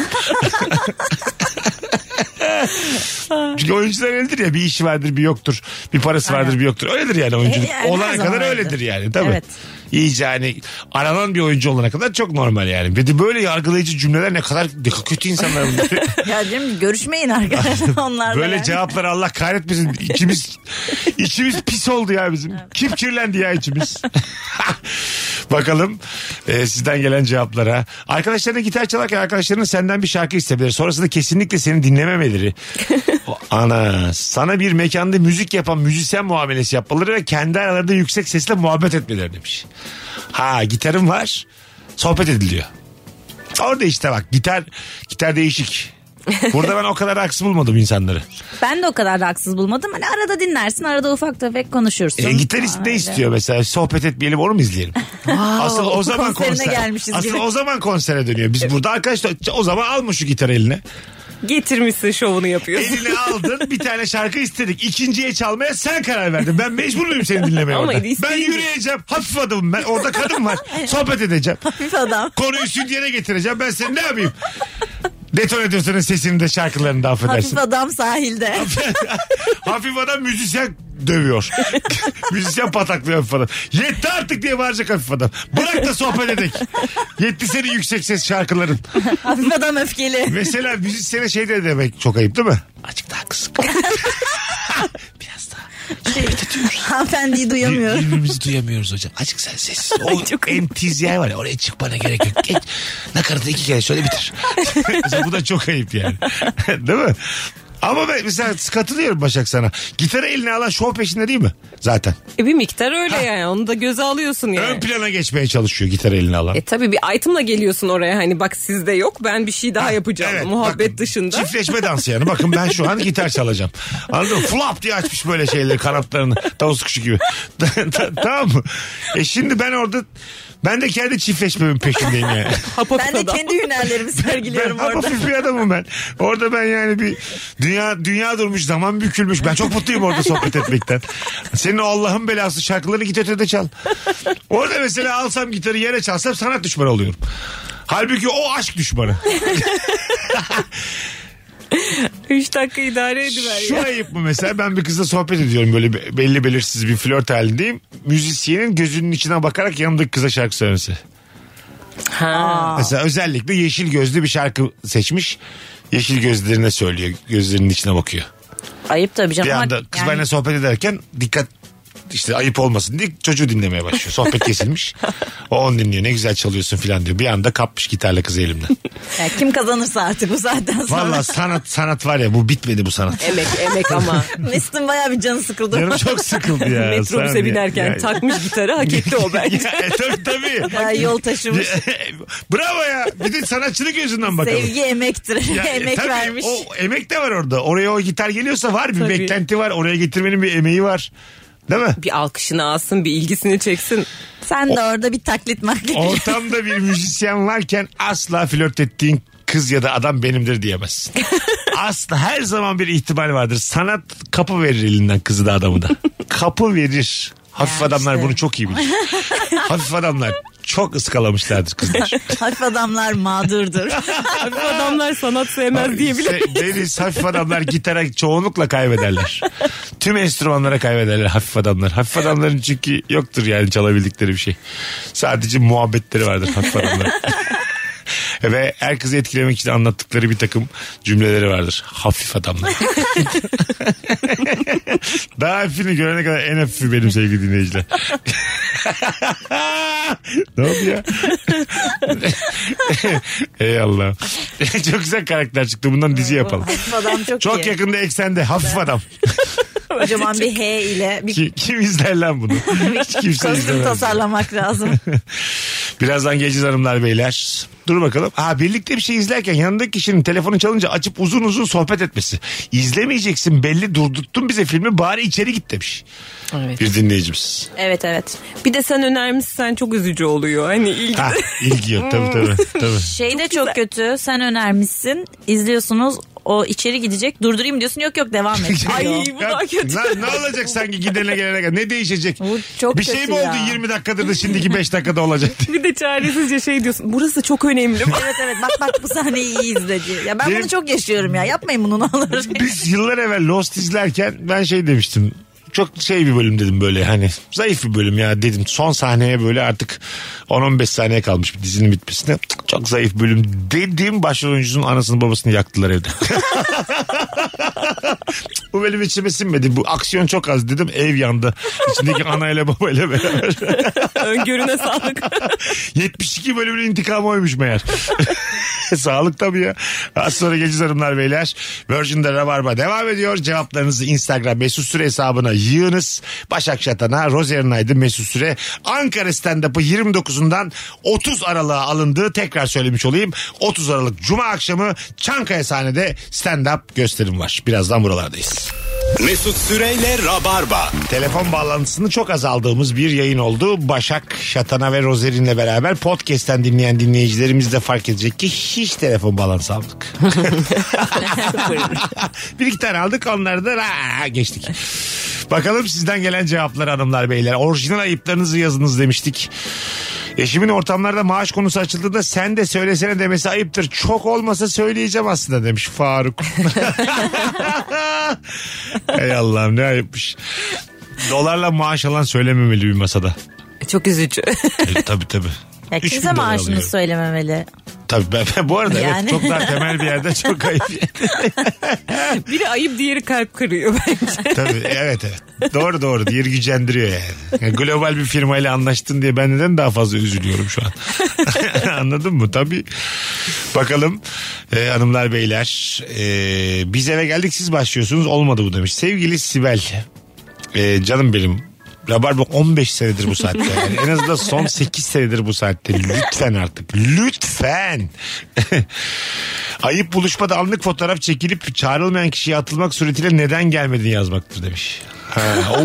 Çünkü oyuncular öyledir ya bir işi vardır bir yoktur. Bir parası vardır bir yoktur. Öyledir yani oyunculuk.
E, yani her
olana
zaman
kadar
öyledir.
öyledir yani tabii.
Evet.
İyice hani aranan bir oyuncu olana kadar çok normal yani. Bir de böyle yargılayıcı cümleler ne kadar ne kadar kötü insanlar
[LAUGHS]
bunlar.
Ya canım görüşmeyin arkadaşlar onlarla.
Böyle
yani.
cevaplar Allah kahretmesin. İkimiz içimiz pis oldu ya bizim. Kim kirlendi ya içimiz? [LAUGHS] Bakalım e, sizden gelen cevaplara. Arkadaşlarına gitar çalarken arkadaşların senden bir şarkı istebilir. Sonrasında kesinlikle seni dinlememeleri. O- Ana sana bir mekanda müzik yapan müzisyen muamelesi yapmaları ve kendi aralarında yüksek sesle muhabbet etmeleri demiş. Ha gitarım var sohbet ediliyor. Orada işte bak gitar gitar değişik. Burada ben o kadar haksız bulmadım insanları.
Ben de o kadar da haksız bulmadım. Hani arada dinlersin arada ufak tefek konuşursun.
E, gitarist ne
Öyle.
istiyor mesela? Sohbet etmeyelim onu mu izleyelim? [LAUGHS] Asıl o zaman
konserine
konser.
gelmişiz
Asıl
gibi.
o zaman konsere dönüyor. Biz burada arkadaşlar o zaman alma şu gitarı eline.
Getirmişsin şovunu yapıyorsun.
Eline aldın bir tane şarkı istedik. İkinciye çalmaya sen karar verdin. Ben mecbur muyum seni dinlemeye
Ama
orada?
isteği-
Ben yürüyeceğim. Hafif adamım ben. Orada kadın
[LAUGHS]
var. Sohbet edeceğim.
Hafif adam.
Konuyu stüdyene getireceğim. Ben seni ne yapayım? Detonatörsenin sesini de şarkılarını da affedersin.
Hafif adam sahilde.
[LAUGHS] Hafif adam müzisyen dövüyor. [LAUGHS] müzisyen pataklıyor hafif adam. Yetti artık diye bağıracak hafif adam. Bırak da sohbet edek. Yetti senin yüksek ses şarkıların.
Hafif adam öfkeli.
Mesela müzisyene şey de demek çok ayıp değil mi? Açık daha kısık. [LAUGHS] Biraz daha.
Hanımefendiyi duyamıyorum.
Birbirimizi duyamıyoruz hocam. Açık sen sessiz. [LAUGHS] O emtiz yer var ya oraya çıkmana gerek yok. Geç. Nakaratı iki kere şöyle bitir. [LAUGHS] Mesela bu da çok ayıp yani. [LAUGHS] değil mi? Ama ben mesela katılıyorum Başak sana. Gitarı eline alan şov peşinde değil mi? Zaten.
E, bir miktar öyle yani onu da göze alıyorsun yani.
Ön plana geçmeye çalışıyor gitar eline alan.
E tabii bir itemla geliyorsun oraya hani bak sizde yok ben bir şey daha yapacağım muhabbet
bakın,
dışında.
Çiftleşme dansı yani. Bakın ben şu an gitar çalacağım. Anladın mı? Flap diye açmış böyle şeyleri kanatlarını. Tavus kuşu gibi. [LAUGHS] Ta- ta- tamam mı? E şimdi ben orada ben de kendi çiftleşmemin peşindeyim yani.
Hapapı
Ben de
adam.
kendi hünerlerimi
ben
sergiliyorum orada.
hafif bir adamım ben. Orada ben yani bir dünya dünya durmuş zaman bükülmüş. Ben çok mutluyum orada sohbet etmekten. Senin o Allah'ın belası şarkılarını git ötede çal. Orada mesela alsam gitarı yere çalsam sanat düşmanı oluyorum. Halbuki o aşk düşmanı.
3 dakika idare ediver
Şu
ya.
ayıp mı mesela ben bir kızla sohbet ediyorum böyle be- belli belirsiz bir flört halindeyim. Müzisyenin gözünün içine bakarak yanındaki kıza şarkı söylemesi.
Ha.
Mesela özellikle yeşil gözlü bir şarkı seçmiş. Yeşil gözlerine söylüyor. Gözlerinin içine bakıyor.
Ayıp tabii canım.
Bir
ama
anda kız
yani-
benimle sohbet ederken dikkat işte ayıp olmasın diye çocuğu dinlemeye başlıyor. Sohbet
[LAUGHS]
kesilmiş. O onu dinliyor. Ne güzel çalıyorsun filan diyor. Bir anda kapmış gitarla kızı
[LAUGHS]
elimden.
Ya kim kazanırsa artık bu saatten sonra.
Valla sanat sanat var ya bu bitmedi bu sanat.
Emek
[LAUGHS]
emek ama.
[LAUGHS] Mesut'un bayağı bir canı sıkıldı.
Canım
[LAUGHS]
çok sıkıldı ya. Sen
Metrobüse
ya-
binerken
ya-
takmış gitarı hak
[LAUGHS]
etti o bence.
Ya, e, tabii
[LAUGHS]
tabii.
Ya yol taşımış.
Bravo ya. Bir de sanatçılık gözünden [LAUGHS] bakalım.
Sevgi emektir.
Ya, e,
[LAUGHS] Emek
tabii,
vermiş.
O emek de var orada. Oraya o gitar geliyorsa var bir
Tabii.
beklenti var. Oraya getirmenin bir emeği var. Değil
[LAUGHS]
mi?
bir alkışını alsın bir ilgisini çeksin.
Sen de orada bir taklit maklit. [LAUGHS]
Ortamda bir müzisyen varken asla flört ettiğin kız ya da adam benimdir
[LAUGHS]
diyemezsin. Asla her zaman bir ihtimal vardır. Sanat kapı verir elinden kızı da
[LAUGHS]
adamı da. Kapı verir. Hafif
Ya
adamlar
işte.
bunu çok iyi
[LAUGHS]
bilir. Hafif adamlar çok ıskalamışlardır kızlar.
Hafif adamlar mağdurdur.
Abi bu adamlar sanat sevmez diye bile.
Se- Deniz hafif adamlar gitara çoğunlukla kaybederler. Tüm enstrümanlara kaybederler hafif adamlar. Hafif adamların çünkü yoktur yani çalabildikleri bir şey. Sadece muhabbetleri vardır hafif adamların. [LAUGHS] Ve herkesi etkilemek için anlattıkları bir takım cümleleri vardır. Hafif adamlar. Daha hafifini görene kadar en hafifi benim sevgili dinleyiciler. [LAUGHS] ne oldu ya? [LAUGHS] Ey Allah. [LAUGHS] Çok güzel karakter çıktı. Bundan dizi yapalım.
Hafif adam çok,
Çok
iyi.
yakında eksende hafif adam.
Kocaman bir H ile bir
Ki- Kim izler lan
[LAUGHS]
bunu? Hiç kimse
kostüm
izlemez.
tasarlamak lazım.
[LAUGHS] Birazdan geleceğiz hanımlar beyler. Dur bakalım. Ha birlikte bir şey izlerken yanındaki kişinin telefonu çalınca açıp uzun uzun sohbet etmesi. İzlemeyeceksin belli durdurttun bize filmi bari içeri git demiş.
Evet.
Bir dinleyicimiz.
Evet evet.
Bir de sen önermişsen çok üzücü oluyor. Hani ilk
Ha ilgi yok tabii
[LAUGHS]
tabii. tabii.
Şey de çok kötü. Sen önermişsin. izliyorsunuz o içeri gidecek. Durdurayım diyorsun. Yok yok
[LAUGHS]
devam et.
Ay,
diyor.
bu daha kötü.
Ne, ne olacak sanki gidene gelene kadar? Ne değişecek?
Bu çok
bir şey
kötü
mi oldu
ya.
20 dakikadır da şimdiki 5 dakikada olacak diye.
bir de çaresizce şey diyorsun. Burası çok önemli. [LAUGHS]
Evet evet bak bak bu sahneyi iyi izledi. Ya ben
Benim-
bunu çok yaşıyorum ya. Yapmayın bunu ne olur.
Biz yıllar evvel Lost izlerken ben şey demiştim. Çok şey bir bölüm dedim böyle hani zayıf bir bölüm ya dedim. Son sahneye böyle artık 10-15 saniye kalmış bir dizinin bitmesine. Cık, Çok zayıf bölüm dedim. Başrol oyuncunun anasını babasını yaktılar evde. [LAUGHS] Cık, bu benim içime sinmedi. Bu aksiyon çok az dedim. Ev yandı. İçindeki anayla babayla beraber. [LAUGHS]
Öngörüne sağlık.
72 bölümün intikamı oymuş meğer. [LAUGHS] Sağlık tabii ya. Az sonra geleceğiz hanımlar beyler. Virgin'de Rabarba devam ediyor. Cevaplarınızı Instagram Mesut Süre hesabına yığınız. Başak Şatan'a, Rozer'in Aydın Mesut Süre. Ankara stand-up'ı 29'undan 30 Aralık'a alındı. Tekrar söylemiş olayım. 30 Aralık Cuma akşamı Çankaya sahnede stand-up gösterim var. Birazdan buralardayız.
Mesut Süreyle Rabarba.
Telefon bağlantısını çok azaldığımız bir yayın oldu. Başak, Şatana ve Rozerin'le beraber podcast'ten dinleyen dinleyicilerimiz de fark edecek ki hiç telefon bağlantısı aldık. bir iki tane aldık onları da ra- geçtik. Bakalım sizden gelen cevaplar hanımlar beyler. Orijinal ayıplarınızı yazınız demiştik. Eşimin ortamlarda maaş konusu açıldığında sen de söylesene demesi ayıptır. Çok olmasa söyleyeceğim aslında demiş Faruk. [LAUGHS] Ey Allah'ım ne ayıpmış. Dolarla maaş alan söylememeli bir masada.
[LAUGHS] çok [LAUGHS] üzücü.
E, tabii tabii.
Ya
Üç bin
kimse
dolar
maaşını
alıyorum.
söylememeli.
Tabii ben, ben bu arada
Yani.
evet, çok daha temel bir yerde çok ayıp.
Biri ayıp diğeri kalp kırıyor bence.
Tabii evet evet. Doğru doğru. Diğeri gücendiriyor yani. yani. Global bir firmayla anlaştın diye ben neden daha fazla üzülüyorum şu an? [LAUGHS] Anladın mı? Tabii. Bakalım e, hanımlar beyler. E, biz eve geldik siz başlıyorsunuz. Olmadı bu demiş. Sevgili Sibel. e, canım benim. Rabarba 15 senedir bu saatte. Yani en azından son 8 senedir bu saatte. Lütfen artık. Lütfen. [LAUGHS] Ayıp buluşmada anlık fotoğraf çekilip çağrılmayan kişiye atılmak suretiyle neden gelmedin yazmaktır demiş. Ha, oo.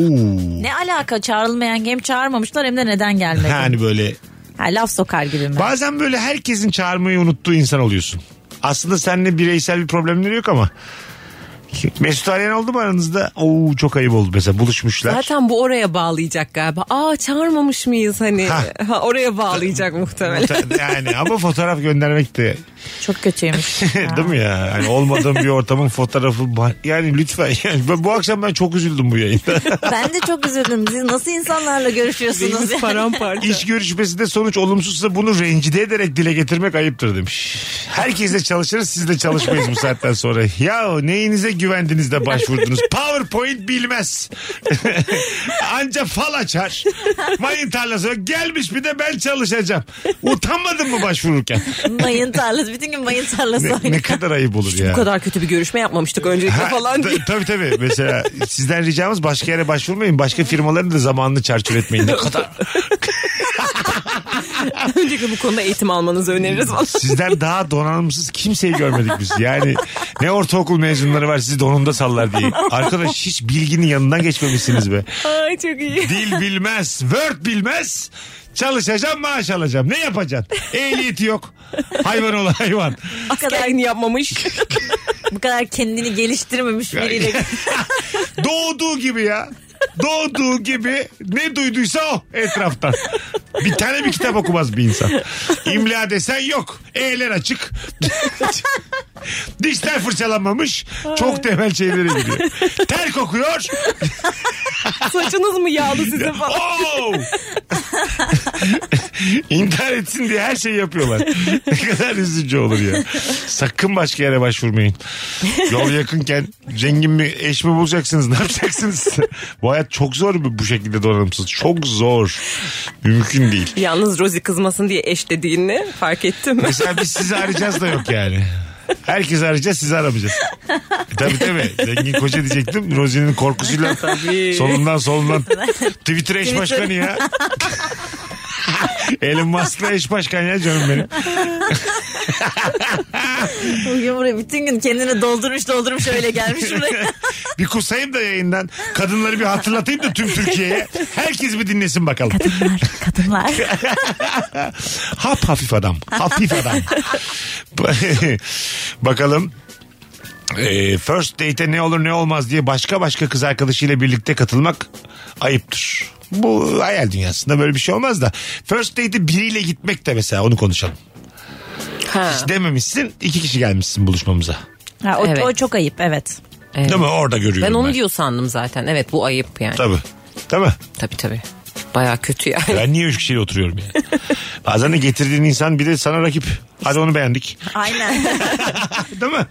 Ne alaka çağrılmayan hem çağırmamışlar hem de neden gelmedi.
yani hani böyle
Ha, laf sokar gibi mi?
bazen böyle herkesin çağırmayı unuttuğu insan oluyorsun. Aslında seninle bireysel bir problemleri yok ama. Mesut Arayan oldu mu aranızda? Oo çok ayıp oldu mesela buluşmuşlar.
Zaten bu oraya bağlayacak galiba. Aa çağırmamış mıyız hani?
Ha.
Ha, oraya bağlayacak muhtemelen.
[LAUGHS]
[LAUGHS]
yani ama fotoğraf göndermek de
Çok
[LAUGHS]
kötüymüş.
değil mi ya? Yani olmadığım bir ortamın fotoğrafı yani lütfen yani ben- bu akşam ben çok üzüldüm bu yayında.
ben de çok üzüldüm. Siz nasıl insanlarla görüşüyorsunuz?
Beynimiz
ya?
[LAUGHS] paramparça.
İş görüşmesinde sonuç olumsuzsa bunu rencide ederek dile getirmek ayıptır demiş. Herkesle çalışırız sizle çalışmayız bu saatten sonra. Ya neyinize güvendiniz de başvurdunuz. PowerPoint bilmez. [LAUGHS] Anca fal açar. Mayın tarlası yok. gelmiş bir de ben çalışacağım. Utanmadın mı başvururken?
[LAUGHS] mayın tarlası. Bütün gün mayın tarlası.
Ne, ne
oynuyor.
kadar ayıp olur ya.
Bu kadar kötü bir görüşme yapmamıştık öncelikle
Ha,
falan
ta-
diye.
Tabii tabii. Mesela sizden ricamız başka yere başvurmayın. Başka firmaların da zamanını çarçur etmeyin. Ne kadar
[LAUGHS] Öncelikle bu konuda eğitim almanızı öneririz. falan.
Sizden daha donanımsız kimseyi görmedik biz. Yani ne ortaokul mezunları var sizi donunda sallar diye. Arkadaş hiç bilginin yanından geçmemişsiniz be.
[LAUGHS] Ay çok iyi.
Dil bilmez, Word bilmez. Çalışacağım maaş alacağım. Ne yapacaksın? Ehliyeti yok. Hayvan ol hayvan.
bu, kadar,
Askerliğini [LAUGHS] yapmamış.
bu kadar kendini geliştirmemiş biriyle.
Doğduğu gibi ya. Doğduğu gibi ne duyduysa o etraftan. Bir tane bir kitap okumaz bir insan. İmla desen yok. E'ler açık. [LAUGHS] Dişler fırçalanmamış. Çok temel şeylere gidiyor. Ter kokuyor.
Saçınız mı yağlı size falan?
Oo! [LAUGHS] İntihar etsin diye her şeyi yapıyorlar. [LAUGHS] ne kadar üzücü olur ya. Sakın başka yere başvurmayın. Yol yakınken zengin mi eş mi bulacaksınız ne yapacaksınız? bu hayat çok zor bu- bu şekilde donanımsız. Çok zor. Mümkün değil.
Yalnız Rosie kızmasın diye eş dediğini fark ettim.
Mesela biz sizi arayacağız da yok yani. Herkes arayacağız sizi aramayacağız. E, tabii tabii. Zengin koca diyecektim. Rozi'nin korkusuyla solundan solundan. Twitter eş başkanı ya. Elon Musk'la eş başkan ya canım benim.
[LAUGHS] Bugün buraya bütün gün kendini doldurmuş doldurmuş öyle gelmiş buraya.
Bir kusayım da yayından. Kadınları bir hatırlatayım da tüm Türkiye'ye. Herkes bir dinlesin bakalım.
kadınlar, kadınlar.
[LAUGHS] Hap hafif adam. Hafif adam. [LAUGHS] Bakalım. Ee, first date'e ne olur ne olmaz diye başka başka kız arkadaşıyla birlikte katılmak ayıptır. Bu hayal dünyasında böyle bir şey olmaz da. First date'e biriyle gitmek de mesela onu konuşalım.
[LAUGHS] Ha.
Hiç dememişsin iki kişi gelmişsin buluşmamıza.
Ha, o,
Evet.
o çok ayıp evet.
Evet.
Değil mi? Orada görüyorum
Ben
ben.
onu diyor sandım zaten. Evet bu ayıp yani.
Tabii. Değil mi?
Tabii tabii. Baya kötü yani.
[LAUGHS] Ben niye üç kişiyle oturuyorum yani? Bazen de getirdiğin insan bir de sana rakip. Hadi onu beğendik. [LAUGHS]
Aynen.
Değil mi?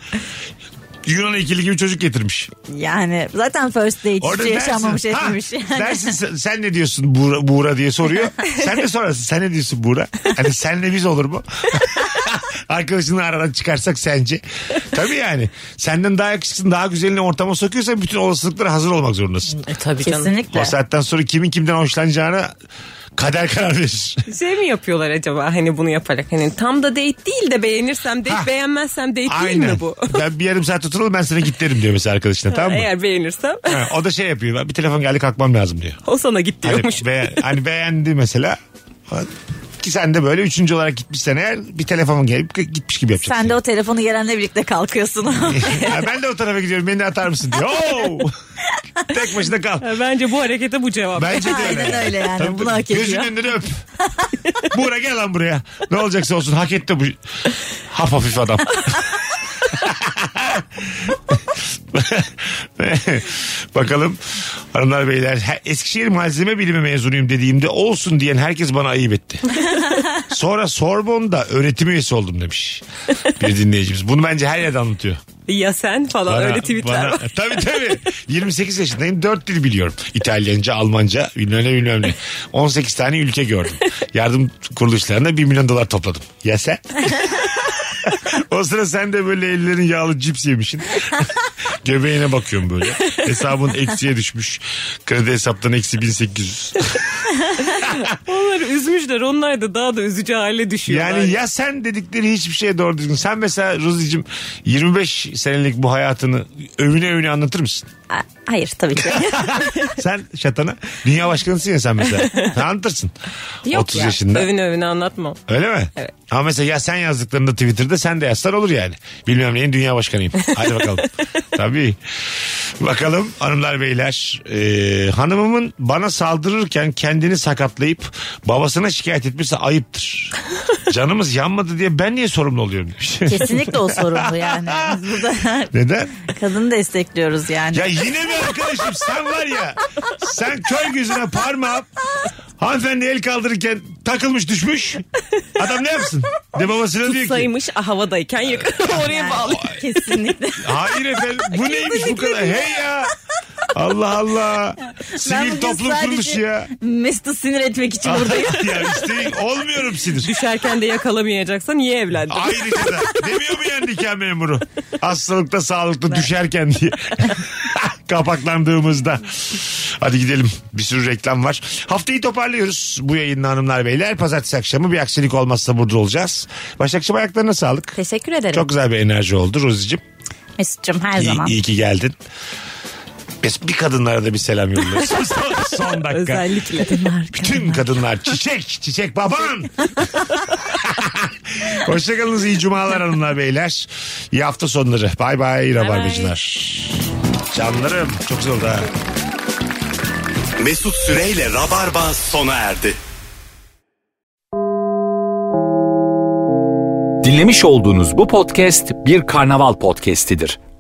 Yunan ikili gibi çocuk getirmiş.
yani zaten first date hiç
dersin,
yaşanmamış
ha,
etmemiş. Yani.
dersin sen, sen ne diyorsun Buğra, Buğra diye soruyor. sen de sorarsın sen ne diyorsun Buğra? Hani senle biz olur mu? [LAUGHS] Arkadaşını aradan çıkarsak sence. Tabii yani. Senden daha yakışıksın daha güzelini ortama sokuyorsan bütün olasılıklara hazır olmak zorundasın.
E, tabii canım.
Kesinlikle.
O saatten sonra kimin kimden hoşlanacağına kader karar verir.
Şey mi yapıyorlar acaba hani bunu yaparak? Hani tam da date değil de beğenirsem date
Ha.
beğenmezsem date değil mi bu? [LAUGHS]
Ben bir yarım saat oturalım ben sana git derim diyor mesela arkadaşına tamam mı?
Eğer beğenirsem
Ha, o da şey yapıyor. Bir telefon geldi kalkmam lazım diyor.
[LAUGHS] o sana git
Hani,
diyormuş.
beğen- hani beğendi mesela. Ki sen de böyle üçüncü olarak gitmişsen eğer bir telefonun gelip gitmiş gibi yapacaksın.
Sen de o telefonu gelenle birlikte
[LAUGHS]
kalkıyorsun. [LAUGHS]
Ha, ben de o tarafa gidiyorum beni de atar mısın
[LAUGHS]
diyor. Oo! Tek başına kal.
Bence bu harekete bu cevap.
Bence de öyle.
Aynen öyle yani. Bunu hak ediyor.
Gözünün önünde de öp. [LAUGHS] Buğra gel lan buraya. Ne olacaksa olsun hak etti bu. Haf hafif adam. [LAUGHS] Bakalım hanımlar beyler he- Eskişehir malzeme bilimi mezunuyum dediğimde olsun diyen herkes bana ayıp
[LAUGHS]
etti. Sonra Sorbonne'da öğretim üyesi oldum demiş bir dinleyicimiz. Bunu bence her yerde anlatıyor.
Ya sen falan öyle
[LAUGHS]
tweetler
bana-
var. [LAUGHS]
Tabii tabii. 28 yaşındayım. 4 dil biliyorum. İtalyanca, Almanca, bilmem ne bilmem ne. 18 tane ülke gördüm. Yardım kuruluşlarına 1 milyon dolar topladım. Ya sen? [LAUGHS] o sıra sen de böyle ellerin yağlı cips yemişsin. [LAUGHS] Göbeğine bakıyorum böyle. Hesabın eksiye düşmüş. Kredi hesaptan eksi 1800.
Onları üzmüşler. Onlar da daha da üzücü hale düşüyorlar.
Yani ya sen dedikleri hiçbir şeye doğru düzgün. Sen mesela Ruzi'cim 25 senelik bu hayatını övüne övüne anlatır mısın?
Aa, Hayır tabii ki.
sen şatana dünya başkanısın ya sen mesela. Sen Anlatırsın.
Yok
30
ya.
yaşında.
Övün övüne anlatmam.
Öyle mi?
Evet.
Ama mesela ya sen yazdıklarında Twitter'da sen de yazsan olur yani. Bilmem neyin dünya başkanıyım. Hadi bakalım.
[LAUGHS]
Tabii. Bakalım hanımlar beyler. Ee, hanımımın bana saldırırken kendini sakatlayıp babasına şikayet etmesi
[LAUGHS]
ayıptır. Canımız yanmadı diye ben niye sorumlu oluyorum demiş.
Kesinlikle o sorumlu yani. Biz burada
Neden?
kadını destekliyoruz yani.
Ya yine mi arkadaşım sen var ya sen kör yüzüne parmağım hanımefendi el kaldırırken takılmış düşmüş adam ne yapsın? De babasına diyor ki
Saymış ah, havadayken yakın. Oraya bağlı.
Kesinlikle.
hayır efendim bu neymiş bu kadar hey ya Allah Allah
bugün
sivil toplum
sadece
kuruluşu ya.
Mesut'u sinir etmek için buradayım.
[LAUGHS] ya işte olmuyorum sinir.
Düşerken de yakalamayacaksan niye evlendin?
Ayrıca da demiyor mu yani nikah memuru? Hastalıkta sağlıkta düşerken diye. [LAUGHS] Kapaklandığımızda. Hadi gidelim. Bir sürü reklam var. Haftayı toparlıyoruz bu yayınla hanımlar beyler. Pazartesi akşamı bir aksilik olmazsa burada olacağız. Başakçı ayaklarına sağlık.
Teşekkür ederim.
Çok güzel bir enerji oldu Rozi'cim.
Mesut'cum her
İyi,
zaman.
iyi ki geldin. Biz bir kadınlara da bir selam yolluyoruz. son, [LAUGHS] son dakika.
Özellikle.
Kadınlar,
Tüm
kadınlar.
kadınlar çiçek çiçek [LAUGHS] baban. Hoşçakalınız iyi cumalar hanımlar beyler. İyi hafta sonları. Bay bay rabarbacılar. Canlarım çok güzel oldu ha.
Mesut Süreyle Rabarba sona erdi.
Dinlemiş olduğunuz bu podcast bir karnaval podcastidir.